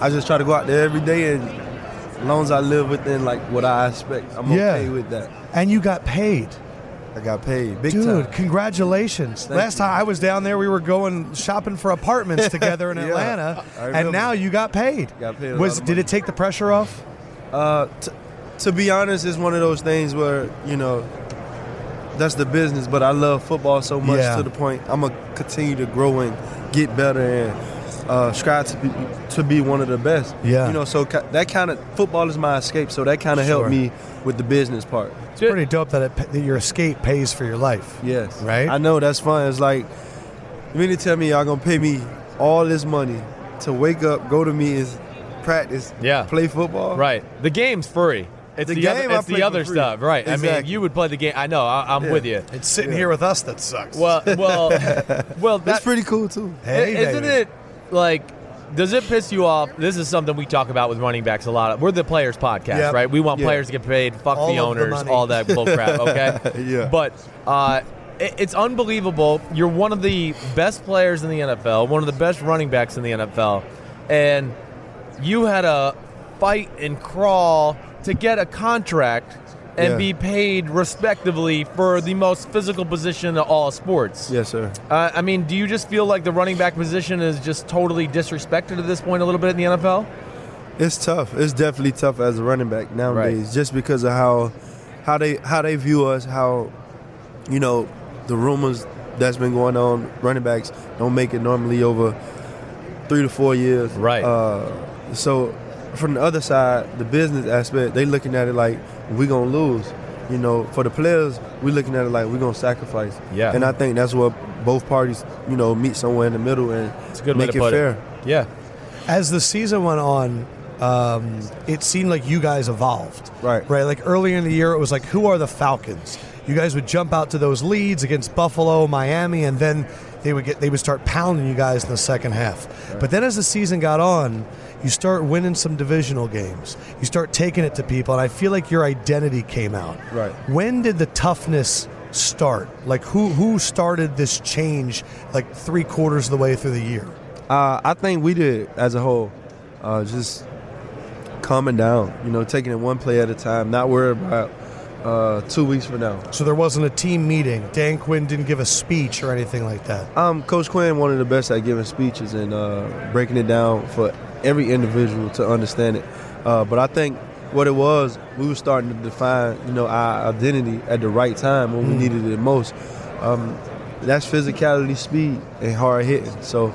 [SPEAKER 7] I just try to go out there every day and As long as I live within like what I expect, I'm
[SPEAKER 1] Yeah.
[SPEAKER 7] okay with that.
[SPEAKER 1] And you got paid.
[SPEAKER 7] I got paid, big
[SPEAKER 1] Dude,
[SPEAKER 7] time.
[SPEAKER 1] congratulations.
[SPEAKER 7] Thank
[SPEAKER 1] Last
[SPEAKER 7] you.
[SPEAKER 1] time I was down there, we were going shopping for apartments together in
[SPEAKER 7] Yeah,
[SPEAKER 1] Atlanta,
[SPEAKER 7] I
[SPEAKER 1] and
[SPEAKER 7] remember.
[SPEAKER 1] now you got paid.
[SPEAKER 7] Got paid a
[SPEAKER 1] was
[SPEAKER 7] lot of
[SPEAKER 1] did
[SPEAKER 7] money.
[SPEAKER 1] it take the pressure off?
[SPEAKER 7] Uh, t- to be honest, it's one of those things where you know that's the business, but I love football so much
[SPEAKER 1] Yeah.
[SPEAKER 7] to the point I'm gonna continue to grow and get better and uh, strive to be to be one of the best.
[SPEAKER 1] Yeah.
[SPEAKER 7] you know, so ki- that kind of football is my escape, so that kind of
[SPEAKER 1] Sure.
[SPEAKER 7] helped me with the business part.
[SPEAKER 1] It's pretty dope that, it, pa- that your escape pays for your life.
[SPEAKER 7] Yes.
[SPEAKER 1] Right?
[SPEAKER 7] I know that's fun. It's like you mean to tell me y'all gonna pay me all this money to wake up, go to meetings, practice,
[SPEAKER 2] Yeah.
[SPEAKER 7] play football?
[SPEAKER 2] Right. The game's free. It's the,
[SPEAKER 7] The
[SPEAKER 2] other,
[SPEAKER 7] game I
[SPEAKER 2] it's the
[SPEAKER 7] play
[SPEAKER 2] other
[SPEAKER 7] for free.
[SPEAKER 2] stuff, right? I mean,
[SPEAKER 7] Exactly.
[SPEAKER 2] you would play the game. I know. I, I'm
[SPEAKER 7] Yeah.
[SPEAKER 2] with you.
[SPEAKER 1] It's sitting here with us that sucks.
[SPEAKER 2] Well, well, well.
[SPEAKER 7] That's
[SPEAKER 2] That,
[SPEAKER 7] pretty cool too.
[SPEAKER 1] Hey,
[SPEAKER 2] isn't
[SPEAKER 1] baby.
[SPEAKER 2] it like? Does it piss you off? This is something we talk about with running backs a lot. We're the players podcast,
[SPEAKER 1] Yep.
[SPEAKER 2] right? We want
[SPEAKER 7] Yeah.
[SPEAKER 2] players to get paid. Fuck
[SPEAKER 1] All of
[SPEAKER 2] the
[SPEAKER 1] the
[SPEAKER 2] owners,
[SPEAKER 1] money.
[SPEAKER 2] all that bull crap. Okay.
[SPEAKER 7] Yeah.
[SPEAKER 2] But uh, it, it's unbelievable. You're one of the best players in the NFL. One of the best running backs in the NFL, and you had a fight and crawl to get a contract and
[SPEAKER 7] Yeah.
[SPEAKER 2] be paid respectively for the most physical position of all sports.
[SPEAKER 7] Yes, sir.
[SPEAKER 2] Uh, I mean, do you just feel like the running back position is just totally disrespected at this point a little bit in the NFL?
[SPEAKER 7] It's tough. It's definitely tough as a running back nowadays, just because of how how they how they view us, how you know the rumors that's been going on. Running backs don't make it normally over three to four years,
[SPEAKER 2] Right.
[SPEAKER 7] Uh, so from the other side, the business aspect, they looking at it like we gonna lose. You know, for the players, we looking at it like we gonna sacrifice.
[SPEAKER 2] Yeah.
[SPEAKER 7] and I think that's what both parties, you know, meet somewhere in the middle and
[SPEAKER 2] It's a good
[SPEAKER 7] make
[SPEAKER 2] way to
[SPEAKER 7] it
[SPEAKER 2] put
[SPEAKER 7] fair.
[SPEAKER 2] it. Yeah.
[SPEAKER 1] as the season went on, um, it seemed like you guys evolved.
[SPEAKER 7] Right.
[SPEAKER 1] Right. Like earlier in the year, it was like, who are the Falcons? You guys would jump out to those leads against Buffalo, Miami, and then they would get they would start pounding you guys in the second half. But then as the season got on, you start winning some divisional games. You start taking it to people, and I feel like your identity came out.
[SPEAKER 7] Right.
[SPEAKER 1] When did the toughness start? Like who who started this change? Like three quarters of the way through the year.
[SPEAKER 7] Uh, I think we did as a whole. Uh, just calming down, you know, taking it one play at a time, not worrying about uh, two weeks from now.
[SPEAKER 1] So there wasn't a team meeting. Dan Quinn didn't give a speech or anything like that.
[SPEAKER 7] Um, Coach Quinn, one of the best at giving speeches and uh, breaking it down for every individual to understand it. Uh, but I think what it was, we were starting to define, you know, our identity at the right time when we needed it most. Um, that's physicality, speed, and hard hitting. So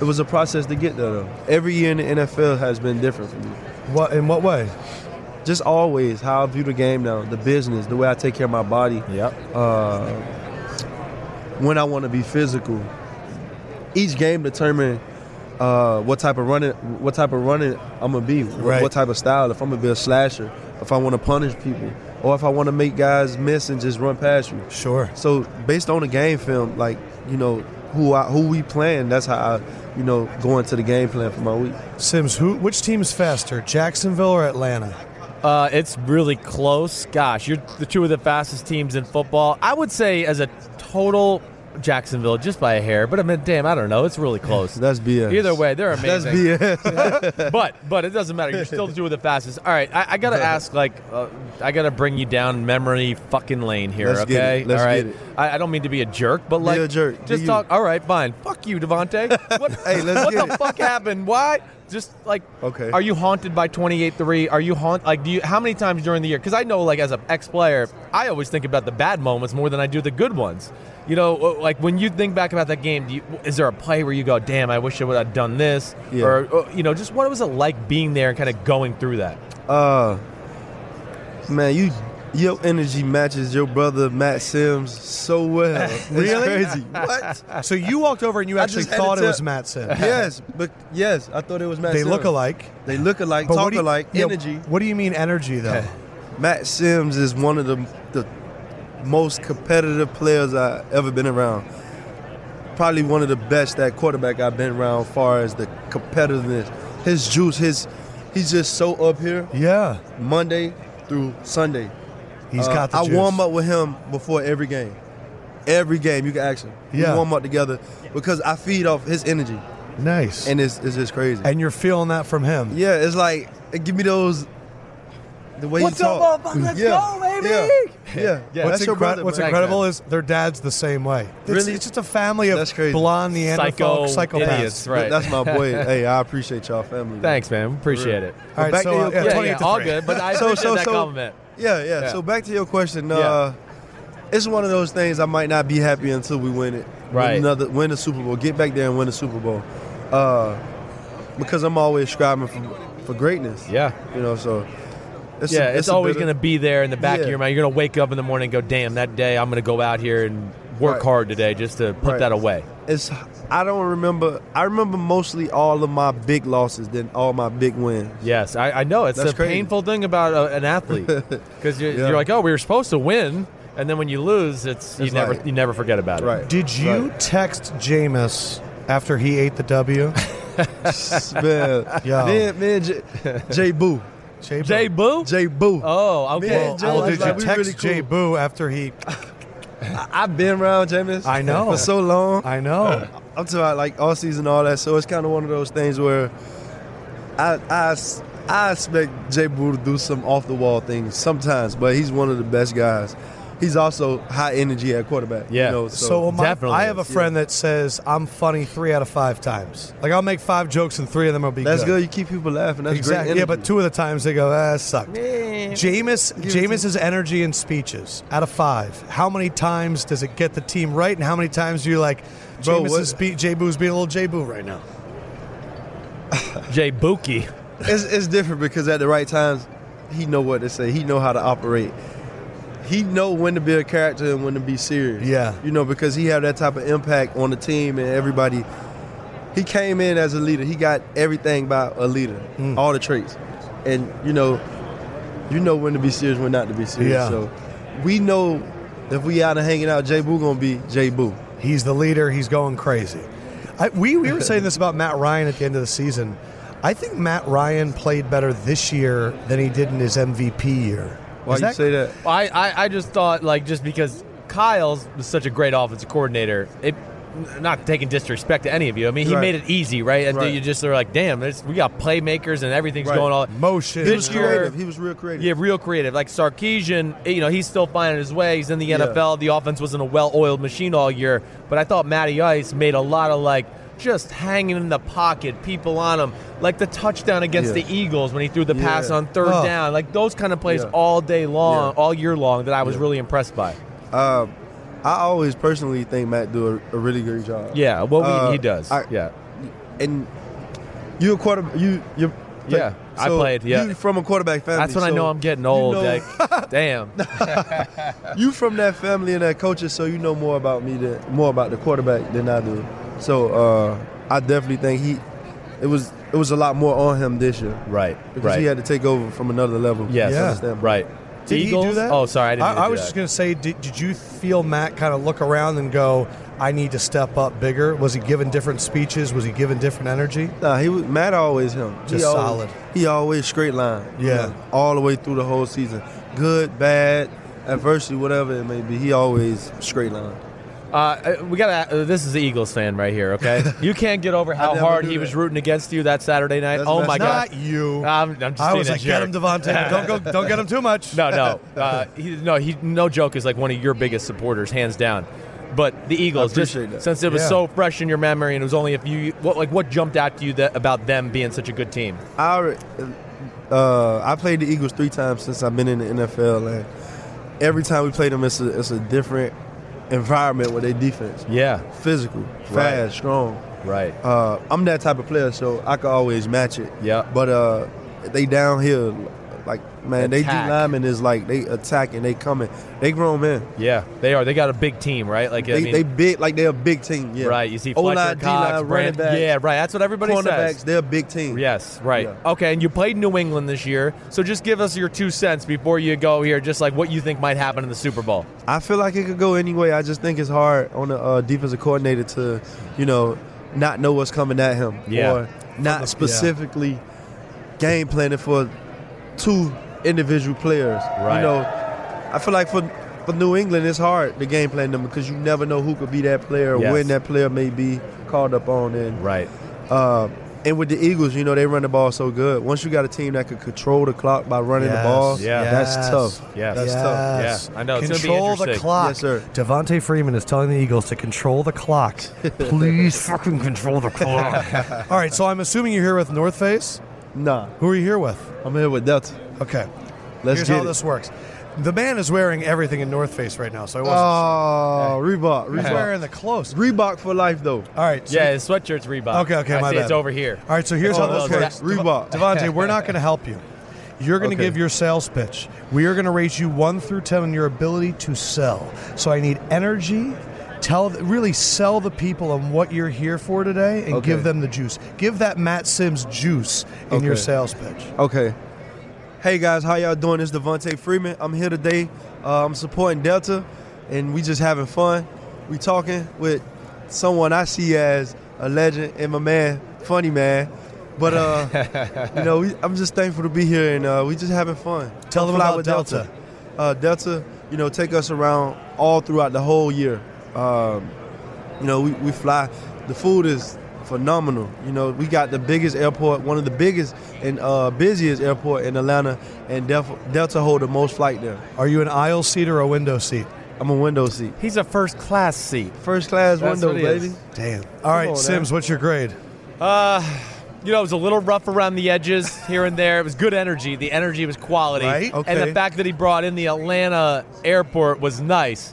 [SPEAKER 7] it was a process to get there. Though every year in the NFL has been different for me.
[SPEAKER 1] What in what way?
[SPEAKER 7] just always how I view the game now, the business, the way I take care of my body,
[SPEAKER 2] Yep.
[SPEAKER 7] uh, when I want to be physical. Each game determine uh, what type of running, what type of running I'm gonna be, wh-
[SPEAKER 1] Right.
[SPEAKER 7] what type of style. If I'm gonna be a slasher, if I want to punish people, or if I want to make guys miss and just run past you.
[SPEAKER 1] Sure.
[SPEAKER 7] So based on the game film, like you know who I, who we playing, that's how I, you know, go into the game plan for my week.
[SPEAKER 1] Sims, who which team's faster, Jacksonville or Atlanta?
[SPEAKER 2] Uh, it's really close. Gosh, you're the two of the fastest teams in football. I would say as a total Jacksonville, just by a hair. But I mean, damn, I don't know. It's really close.
[SPEAKER 7] That's BS.
[SPEAKER 2] Either way, they're
[SPEAKER 7] that's
[SPEAKER 2] amazing.
[SPEAKER 7] BS.
[SPEAKER 2] but but it doesn't matter. You're still the two of the fastest. All right, I, I gotta ask. Like, uh, I gotta bring you down memory fucking lane here.
[SPEAKER 7] Let's
[SPEAKER 2] okay,
[SPEAKER 7] get it. Let's
[SPEAKER 2] all right.
[SPEAKER 7] get it.
[SPEAKER 2] I, I don't mean to be a jerk, but
[SPEAKER 7] Be
[SPEAKER 2] like,
[SPEAKER 7] a jerk. Be
[SPEAKER 2] Just
[SPEAKER 7] you.
[SPEAKER 2] talk. All right, fine. Fuck you, Devontae. What,
[SPEAKER 7] Hey, let's
[SPEAKER 2] what
[SPEAKER 7] get
[SPEAKER 2] the
[SPEAKER 7] it.
[SPEAKER 2] fuck happened? Why? Just like,
[SPEAKER 7] Okay.
[SPEAKER 2] Are you haunted by twenty eight three? Are you haunt? Like, do you? How many times during the year? Because I know, like, as an ex player, I always think about the bad moments more than I do the good ones. You know, like when you think back about that game, do you, is there a play where you go, "Damn, I wish I would have done this,"
[SPEAKER 7] Yeah.
[SPEAKER 2] or uh, you know, just what was it like being there and kind of going through that?
[SPEAKER 7] Uh, man, you your energy matches your brother Matt Sims so well.
[SPEAKER 1] Really?
[SPEAKER 7] It's crazy. What?
[SPEAKER 1] So you walked over and you
[SPEAKER 7] I
[SPEAKER 1] actually
[SPEAKER 7] just had
[SPEAKER 1] thought
[SPEAKER 7] to
[SPEAKER 1] it was
[SPEAKER 7] tell-
[SPEAKER 1] Matt Sims.
[SPEAKER 7] yes, but yes, I thought it was Matt.
[SPEAKER 1] They
[SPEAKER 7] Sims.
[SPEAKER 1] look alike.
[SPEAKER 7] They look alike.
[SPEAKER 1] But
[SPEAKER 7] talk
[SPEAKER 1] what do you,
[SPEAKER 7] alike.
[SPEAKER 1] yeah,
[SPEAKER 7] energy.
[SPEAKER 1] What do you mean energy though?
[SPEAKER 7] Matt Sims is one of the the most competitive players I ever been around. Probably one of the best at quarterback I've been around, far as the competitiveness, his juice, his he's just so up here.
[SPEAKER 1] yeah.
[SPEAKER 7] Monday through Sunday.
[SPEAKER 1] He's
[SPEAKER 7] Uh,
[SPEAKER 1] got the
[SPEAKER 7] I
[SPEAKER 1] juice.
[SPEAKER 7] warm up with him before every game. Every game, you can ask him.
[SPEAKER 1] Yeah.
[SPEAKER 7] We warm up together because I feed off his energy,
[SPEAKER 1] Nice. And,
[SPEAKER 7] and it's, it's just crazy.
[SPEAKER 1] you're feeling that from him.
[SPEAKER 7] yeah, it's like it give me those the way
[SPEAKER 2] What's
[SPEAKER 7] you
[SPEAKER 2] up,
[SPEAKER 7] talk.
[SPEAKER 2] motherfucker? Let's
[SPEAKER 7] yeah.
[SPEAKER 2] go, baby!
[SPEAKER 7] Yeah, yeah.
[SPEAKER 1] what's
[SPEAKER 7] that's your
[SPEAKER 1] incre-
[SPEAKER 7] brother.
[SPEAKER 1] what's
[SPEAKER 7] man.
[SPEAKER 1] incredible is their dad's the same way. It's,
[SPEAKER 7] Really?
[SPEAKER 1] it's just a family of
[SPEAKER 7] That's crazy.
[SPEAKER 1] blonde Neanderthal
[SPEAKER 2] Psycho
[SPEAKER 1] psychopaths.
[SPEAKER 2] idiots,
[SPEAKER 7] Th-
[SPEAKER 2] right?
[SPEAKER 7] That's my boy. hey, I appreciate y'all, family. man.
[SPEAKER 2] Thanks, man. Appreciate it.
[SPEAKER 1] All right,
[SPEAKER 7] Back to
[SPEAKER 1] so uh,
[SPEAKER 7] your-
[SPEAKER 1] yeah,
[SPEAKER 7] Yeah,
[SPEAKER 1] 28
[SPEAKER 2] yeah,
[SPEAKER 1] to
[SPEAKER 2] all
[SPEAKER 1] three.
[SPEAKER 2] good. But I
[SPEAKER 7] So-
[SPEAKER 2] appreciate
[SPEAKER 7] so-
[SPEAKER 2] that
[SPEAKER 7] so-
[SPEAKER 2] compliment.
[SPEAKER 7] Yeah, yeah,
[SPEAKER 2] Yeah.
[SPEAKER 7] So back to your question. Uh, It's one of those things I might not be happy until we win it. Win
[SPEAKER 2] Right.
[SPEAKER 7] another, win the Super Bowl. Get back there and win the Super Bowl. Uh, because I'm always striving for, for greatness.
[SPEAKER 2] Yeah.
[SPEAKER 7] You know, so. It's
[SPEAKER 2] Yeah, it's, always
[SPEAKER 7] going
[SPEAKER 2] going to be there in the back of
[SPEAKER 7] Yeah.
[SPEAKER 2] your mind. You're going to wake up in the morning and go, damn, that day I'm going to go out here and work
[SPEAKER 7] Right.
[SPEAKER 2] hard today just to put
[SPEAKER 7] Right.
[SPEAKER 2] that away.
[SPEAKER 7] it's I don't remember. I remember mostly all of my big losses than all my big wins.
[SPEAKER 2] Yes, I, I know. It's
[SPEAKER 7] That's
[SPEAKER 2] a
[SPEAKER 7] crazy.
[SPEAKER 2] painful thing about a, an athlete because you're,
[SPEAKER 7] Yeah.
[SPEAKER 2] you're like, oh, we were supposed to win, and then when you lose, it's, you
[SPEAKER 7] It's
[SPEAKER 2] never
[SPEAKER 7] like-
[SPEAKER 2] you never forget about it.
[SPEAKER 7] Right.
[SPEAKER 1] Did you
[SPEAKER 7] Right.
[SPEAKER 1] text Jameis after he ate the W?
[SPEAKER 7] man,
[SPEAKER 1] Yo.
[SPEAKER 7] man, man, J, J Boo,
[SPEAKER 1] Jay Boo.
[SPEAKER 2] Jay Boo.
[SPEAKER 7] J Boo.
[SPEAKER 2] Oh, okay.
[SPEAKER 7] Man, Jay-
[SPEAKER 2] I
[SPEAKER 1] Oh,
[SPEAKER 2] like
[SPEAKER 1] did
[SPEAKER 7] like,
[SPEAKER 1] you
[SPEAKER 7] we
[SPEAKER 2] that.
[SPEAKER 1] text
[SPEAKER 7] really cool.
[SPEAKER 1] Jay Boo after he?
[SPEAKER 7] I've been around Jameis.
[SPEAKER 1] I know.
[SPEAKER 7] for so long.
[SPEAKER 1] I know.
[SPEAKER 7] I'm talking about like all season, all that. So it's kind of one of those things where I, I s- I expect Jay Boo to do some off the wall things sometimes, but he's one of the best guys. He's also high energy at quarterback.
[SPEAKER 2] Yeah.
[SPEAKER 7] You know,
[SPEAKER 1] So oh my,
[SPEAKER 2] Definitely
[SPEAKER 1] I have a
[SPEAKER 2] is,
[SPEAKER 1] friend that says I'm funny three out of five times. Like I'll make five jokes and three of them will be
[SPEAKER 7] that's
[SPEAKER 1] good.
[SPEAKER 7] good. You keep people laughing. That's
[SPEAKER 1] Exactly.
[SPEAKER 7] great.
[SPEAKER 1] Yeah, but
[SPEAKER 7] energy.
[SPEAKER 1] two of the times they go, ah, suck. Jameis, Jameis's energy and speeches out of five. How many times does it get the team right, and how many times do you like,
[SPEAKER 7] Bro,
[SPEAKER 1] Jameis
[SPEAKER 7] what-
[SPEAKER 1] is be- Jay Boo's being a little Jay Boo right now?
[SPEAKER 2] Jay Buki.
[SPEAKER 7] it's, it's different because at the right times, he know what to say. He know how to operate. He know when to be a character and when to be serious.
[SPEAKER 1] Yeah.
[SPEAKER 7] you know because he had that type of impact on the team and everybody. He came in as a leader. He got everything by a leader,
[SPEAKER 1] Hmm.
[SPEAKER 7] all the traits, and you know, you know when to be serious, when not to be serious.
[SPEAKER 1] Yeah.
[SPEAKER 7] So we know if we out and hanging out, J Boo gonna be J Boo.
[SPEAKER 1] He's the leader. He's going crazy. I, we, we were saying this about Matt Ryan at the end of the season. I think Matt Ryan played better this year than he did in his MVP year.
[SPEAKER 7] Why
[SPEAKER 1] Is
[SPEAKER 7] you
[SPEAKER 1] that-
[SPEAKER 7] say that?
[SPEAKER 2] I, I, I just thought like just because Kyle's was such a great offensive coordinator, it not taking disrespect to any of you. I mean, he
[SPEAKER 7] Right.
[SPEAKER 2] made it easy, right? And
[SPEAKER 7] Right.
[SPEAKER 2] you just are like, damn, it's, we got playmakers and everything's
[SPEAKER 7] Right.
[SPEAKER 2] going all
[SPEAKER 1] Motion.
[SPEAKER 7] He
[SPEAKER 2] This
[SPEAKER 7] was
[SPEAKER 2] year-
[SPEAKER 7] creative. He was real creative.
[SPEAKER 2] Yeah, real creative. Like Sarkeesian, eh, you know, he's still finding his way. He's in the
[SPEAKER 7] Yeah.
[SPEAKER 2] NFL. The offense wasn't a well-oiled machine all year, but I thought Matty Ice made a lot of like just hanging in the pocket, people on him, like the touchdown against
[SPEAKER 7] Yeah.
[SPEAKER 2] the Eagles when he threw the
[SPEAKER 7] Yeah.
[SPEAKER 2] pass on third
[SPEAKER 1] Oh.
[SPEAKER 2] down, like those kind of plays
[SPEAKER 7] Yeah.
[SPEAKER 2] all day long,
[SPEAKER 7] Yeah.
[SPEAKER 2] all year long, that I was
[SPEAKER 7] Yeah.
[SPEAKER 2] really impressed by.
[SPEAKER 7] Uh, I always personally think Matt do a, a really great job.
[SPEAKER 2] Yeah, well, we,
[SPEAKER 7] Uh,
[SPEAKER 2] he does.
[SPEAKER 7] I-
[SPEAKER 2] yeah,
[SPEAKER 7] and you a quarter. You you.
[SPEAKER 2] Yeah, I played, yeah.
[SPEAKER 7] you from a quarterback family.
[SPEAKER 2] that's when I
[SPEAKER 7] so
[SPEAKER 2] know I'm getting old.
[SPEAKER 7] know-
[SPEAKER 2] like, damn.
[SPEAKER 7] You from that family and that culture, so you know more about me than more about the quarterback than I do. So uh, I definitely think he. It was it was a lot more on him this year
[SPEAKER 2] Right.
[SPEAKER 7] because
[SPEAKER 2] right.
[SPEAKER 7] he had to take over from another level.
[SPEAKER 2] yes.
[SPEAKER 1] Yeah.
[SPEAKER 7] Understand?
[SPEAKER 2] Right.
[SPEAKER 1] Did
[SPEAKER 2] Eagles?
[SPEAKER 1] he do that?
[SPEAKER 2] Oh, sorry, I didn't.
[SPEAKER 1] I,
[SPEAKER 2] mean to do
[SPEAKER 1] was
[SPEAKER 2] that.
[SPEAKER 1] just going to say, did, did you feel Matt kind of look around and go, "I need to step up bigger"? Was he giving different speeches? Was he giving different energy?
[SPEAKER 7] Nah, he was Matt. Always him. He
[SPEAKER 1] Just
[SPEAKER 7] always-
[SPEAKER 1] solid.
[SPEAKER 7] He always straight line. you
[SPEAKER 1] Yeah.
[SPEAKER 7] know, all the way through the whole season. Good, bad, adversity, whatever it may be. He always straight line.
[SPEAKER 2] Uh, we got to. Uh, this is the Eagles fan right here. Okay, you can't get over how
[SPEAKER 7] never
[SPEAKER 2] hard
[SPEAKER 7] knew
[SPEAKER 2] he
[SPEAKER 7] that.
[SPEAKER 2] was rooting against you that Saturday night.
[SPEAKER 7] That's
[SPEAKER 2] oh my
[SPEAKER 7] messed
[SPEAKER 2] god!
[SPEAKER 7] up.
[SPEAKER 1] Not you.
[SPEAKER 2] I'm, I'm just
[SPEAKER 1] I was
[SPEAKER 2] being a
[SPEAKER 1] like, "Get
[SPEAKER 2] jerk.
[SPEAKER 1] him, Devontae. don't go. Don't get him too much."
[SPEAKER 2] No, no, uh, he, no. He no joke is like one of your biggest supporters, hands down. But the Eagles,
[SPEAKER 7] I
[SPEAKER 2] just
[SPEAKER 7] appreciate that.
[SPEAKER 2] since it was
[SPEAKER 1] Yeah.
[SPEAKER 2] so fresh in your memory, and it was only a few. What like what jumped out to you that, about them being such a good team?
[SPEAKER 7] I, alre- uh, I played the Eagles three times since I've been in the NFL, and every time we played them, it's a, it's a different environment with their defense.
[SPEAKER 2] Yeah,
[SPEAKER 7] Physical, fast, strong.
[SPEAKER 2] right.
[SPEAKER 7] Uh, I'm that type of player, so I could always match it.
[SPEAKER 2] Yeah.
[SPEAKER 7] But uh, they down here, like man, they D
[SPEAKER 2] Attack.
[SPEAKER 7] linemen is like they attacking, they coming, they grown men.
[SPEAKER 2] Yeah, they are. They got a big team, right? Like I
[SPEAKER 7] They,
[SPEAKER 2] mean,
[SPEAKER 7] they big, like they're a big team. Yeah.
[SPEAKER 2] right. You see
[SPEAKER 7] O-line,
[SPEAKER 2] Fletcher
[SPEAKER 7] D-line,
[SPEAKER 2] Cox,
[SPEAKER 7] running
[SPEAKER 2] Brand.
[SPEAKER 7] back,
[SPEAKER 2] Yeah, right. That's what everybody says.
[SPEAKER 7] cornerbacks. They're a big team.
[SPEAKER 2] Yes, right.
[SPEAKER 7] Yeah.
[SPEAKER 2] Okay, and you played New England this year, so just give us your two cents before you go here, just like what you think might happen in the Super Bowl.
[SPEAKER 7] I feel like it could go any way. I just think it's hard on a uh, defensive coordinator to, you know, not know what's coming at him
[SPEAKER 2] Yeah.
[SPEAKER 7] or not specifically game planning for two individual players.
[SPEAKER 2] Right.
[SPEAKER 7] You know, I feel like for for New England, it's hard to game plan them because you never know who could be that player,
[SPEAKER 2] Yes.
[SPEAKER 7] when that player may be called up on, and
[SPEAKER 2] Right.
[SPEAKER 7] uh, And with the Eagles, you know, they run the ball so good. Once you got a team that could control the clock by running
[SPEAKER 1] Yes.
[SPEAKER 7] the ball,
[SPEAKER 1] Yeah. Yes.
[SPEAKER 7] that's tough.
[SPEAKER 2] Yes.
[SPEAKER 7] That's tough.
[SPEAKER 1] Yes.
[SPEAKER 2] Yeah, I know. It's gonna be
[SPEAKER 1] Control the
[SPEAKER 2] interesting.
[SPEAKER 1] clock.
[SPEAKER 7] Yes, sir.
[SPEAKER 1] Devontae Freeman is telling the Eagles to control the clock. Please fucking control the clock. All right, so I'm assuming you're here with North Face.
[SPEAKER 7] Nah,
[SPEAKER 1] Who are you here with?
[SPEAKER 7] I'm here with Delta.
[SPEAKER 1] Okay.
[SPEAKER 7] Let's
[SPEAKER 1] Here's
[SPEAKER 7] get
[SPEAKER 1] how
[SPEAKER 7] it.
[SPEAKER 1] this works. The man is wearing everything in North Face right now, so I wasn't.
[SPEAKER 7] Oh, Reebok.
[SPEAKER 1] He's
[SPEAKER 7] Reebok.
[SPEAKER 1] wearing the Oh, clothes.
[SPEAKER 7] Reebok for life, though.
[SPEAKER 1] All right. So
[SPEAKER 2] Yeah, his sweatshirt's Reebok.
[SPEAKER 1] Okay, okay,
[SPEAKER 2] I
[SPEAKER 1] my
[SPEAKER 2] see
[SPEAKER 1] bad.
[SPEAKER 2] It's over here.
[SPEAKER 1] All right, so here's
[SPEAKER 7] Oh,
[SPEAKER 1] how this
[SPEAKER 7] okay.
[SPEAKER 1] works.
[SPEAKER 7] Reebok.
[SPEAKER 1] Devontae, we're not going to help you. You're going to
[SPEAKER 7] Okay.
[SPEAKER 1] give your sales pitch. We are going to rate you one through ten on your ability to sell. So I need energy. Tell really sell the people on what you're here for today, and
[SPEAKER 7] Okay.
[SPEAKER 1] give them the juice. Give that Matt Sims juice in your
[SPEAKER 7] Okay.
[SPEAKER 1] sales pitch.
[SPEAKER 7] Okay. Hey guys, how y'all doing? It's Devontae Freeman. I'm here today. Uh, I'm supporting Delta, and we just having fun. We talking with someone I see as a legend and my man, funny man. But uh, you know, we, I'm just thankful to be here, and uh, we just having fun.
[SPEAKER 1] Tell
[SPEAKER 7] Come
[SPEAKER 1] them
[SPEAKER 7] fly
[SPEAKER 1] about
[SPEAKER 7] with
[SPEAKER 1] Delta.
[SPEAKER 7] Uh, Delta, you know, take us around all throughout the whole year. Um, you know, we, we fly. The food is phenomenal. You know, we got the biggest airport, one of the biggest and uh, busiest airport in Atlanta, and Def- Delta hold the most flight there.
[SPEAKER 1] Are you an aisle seat or a window seat?
[SPEAKER 7] I'm a window seat.
[SPEAKER 2] He's a first class seat.
[SPEAKER 7] First class
[SPEAKER 2] That's
[SPEAKER 7] window,
[SPEAKER 2] what he is.
[SPEAKER 7] baby.
[SPEAKER 1] Damn. All right,
[SPEAKER 7] on,
[SPEAKER 1] Sims, what's your grade?
[SPEAKER 2] You know, it was a little rough around the edges here and there. It was good energy. The energy was quality.
[SPEAKER 1] Right?
[SPEAKER 2] And
[SPEAKER 7] Okay.
[SPEAKER 2] the fact that he brought in the Atlanta airport was nice.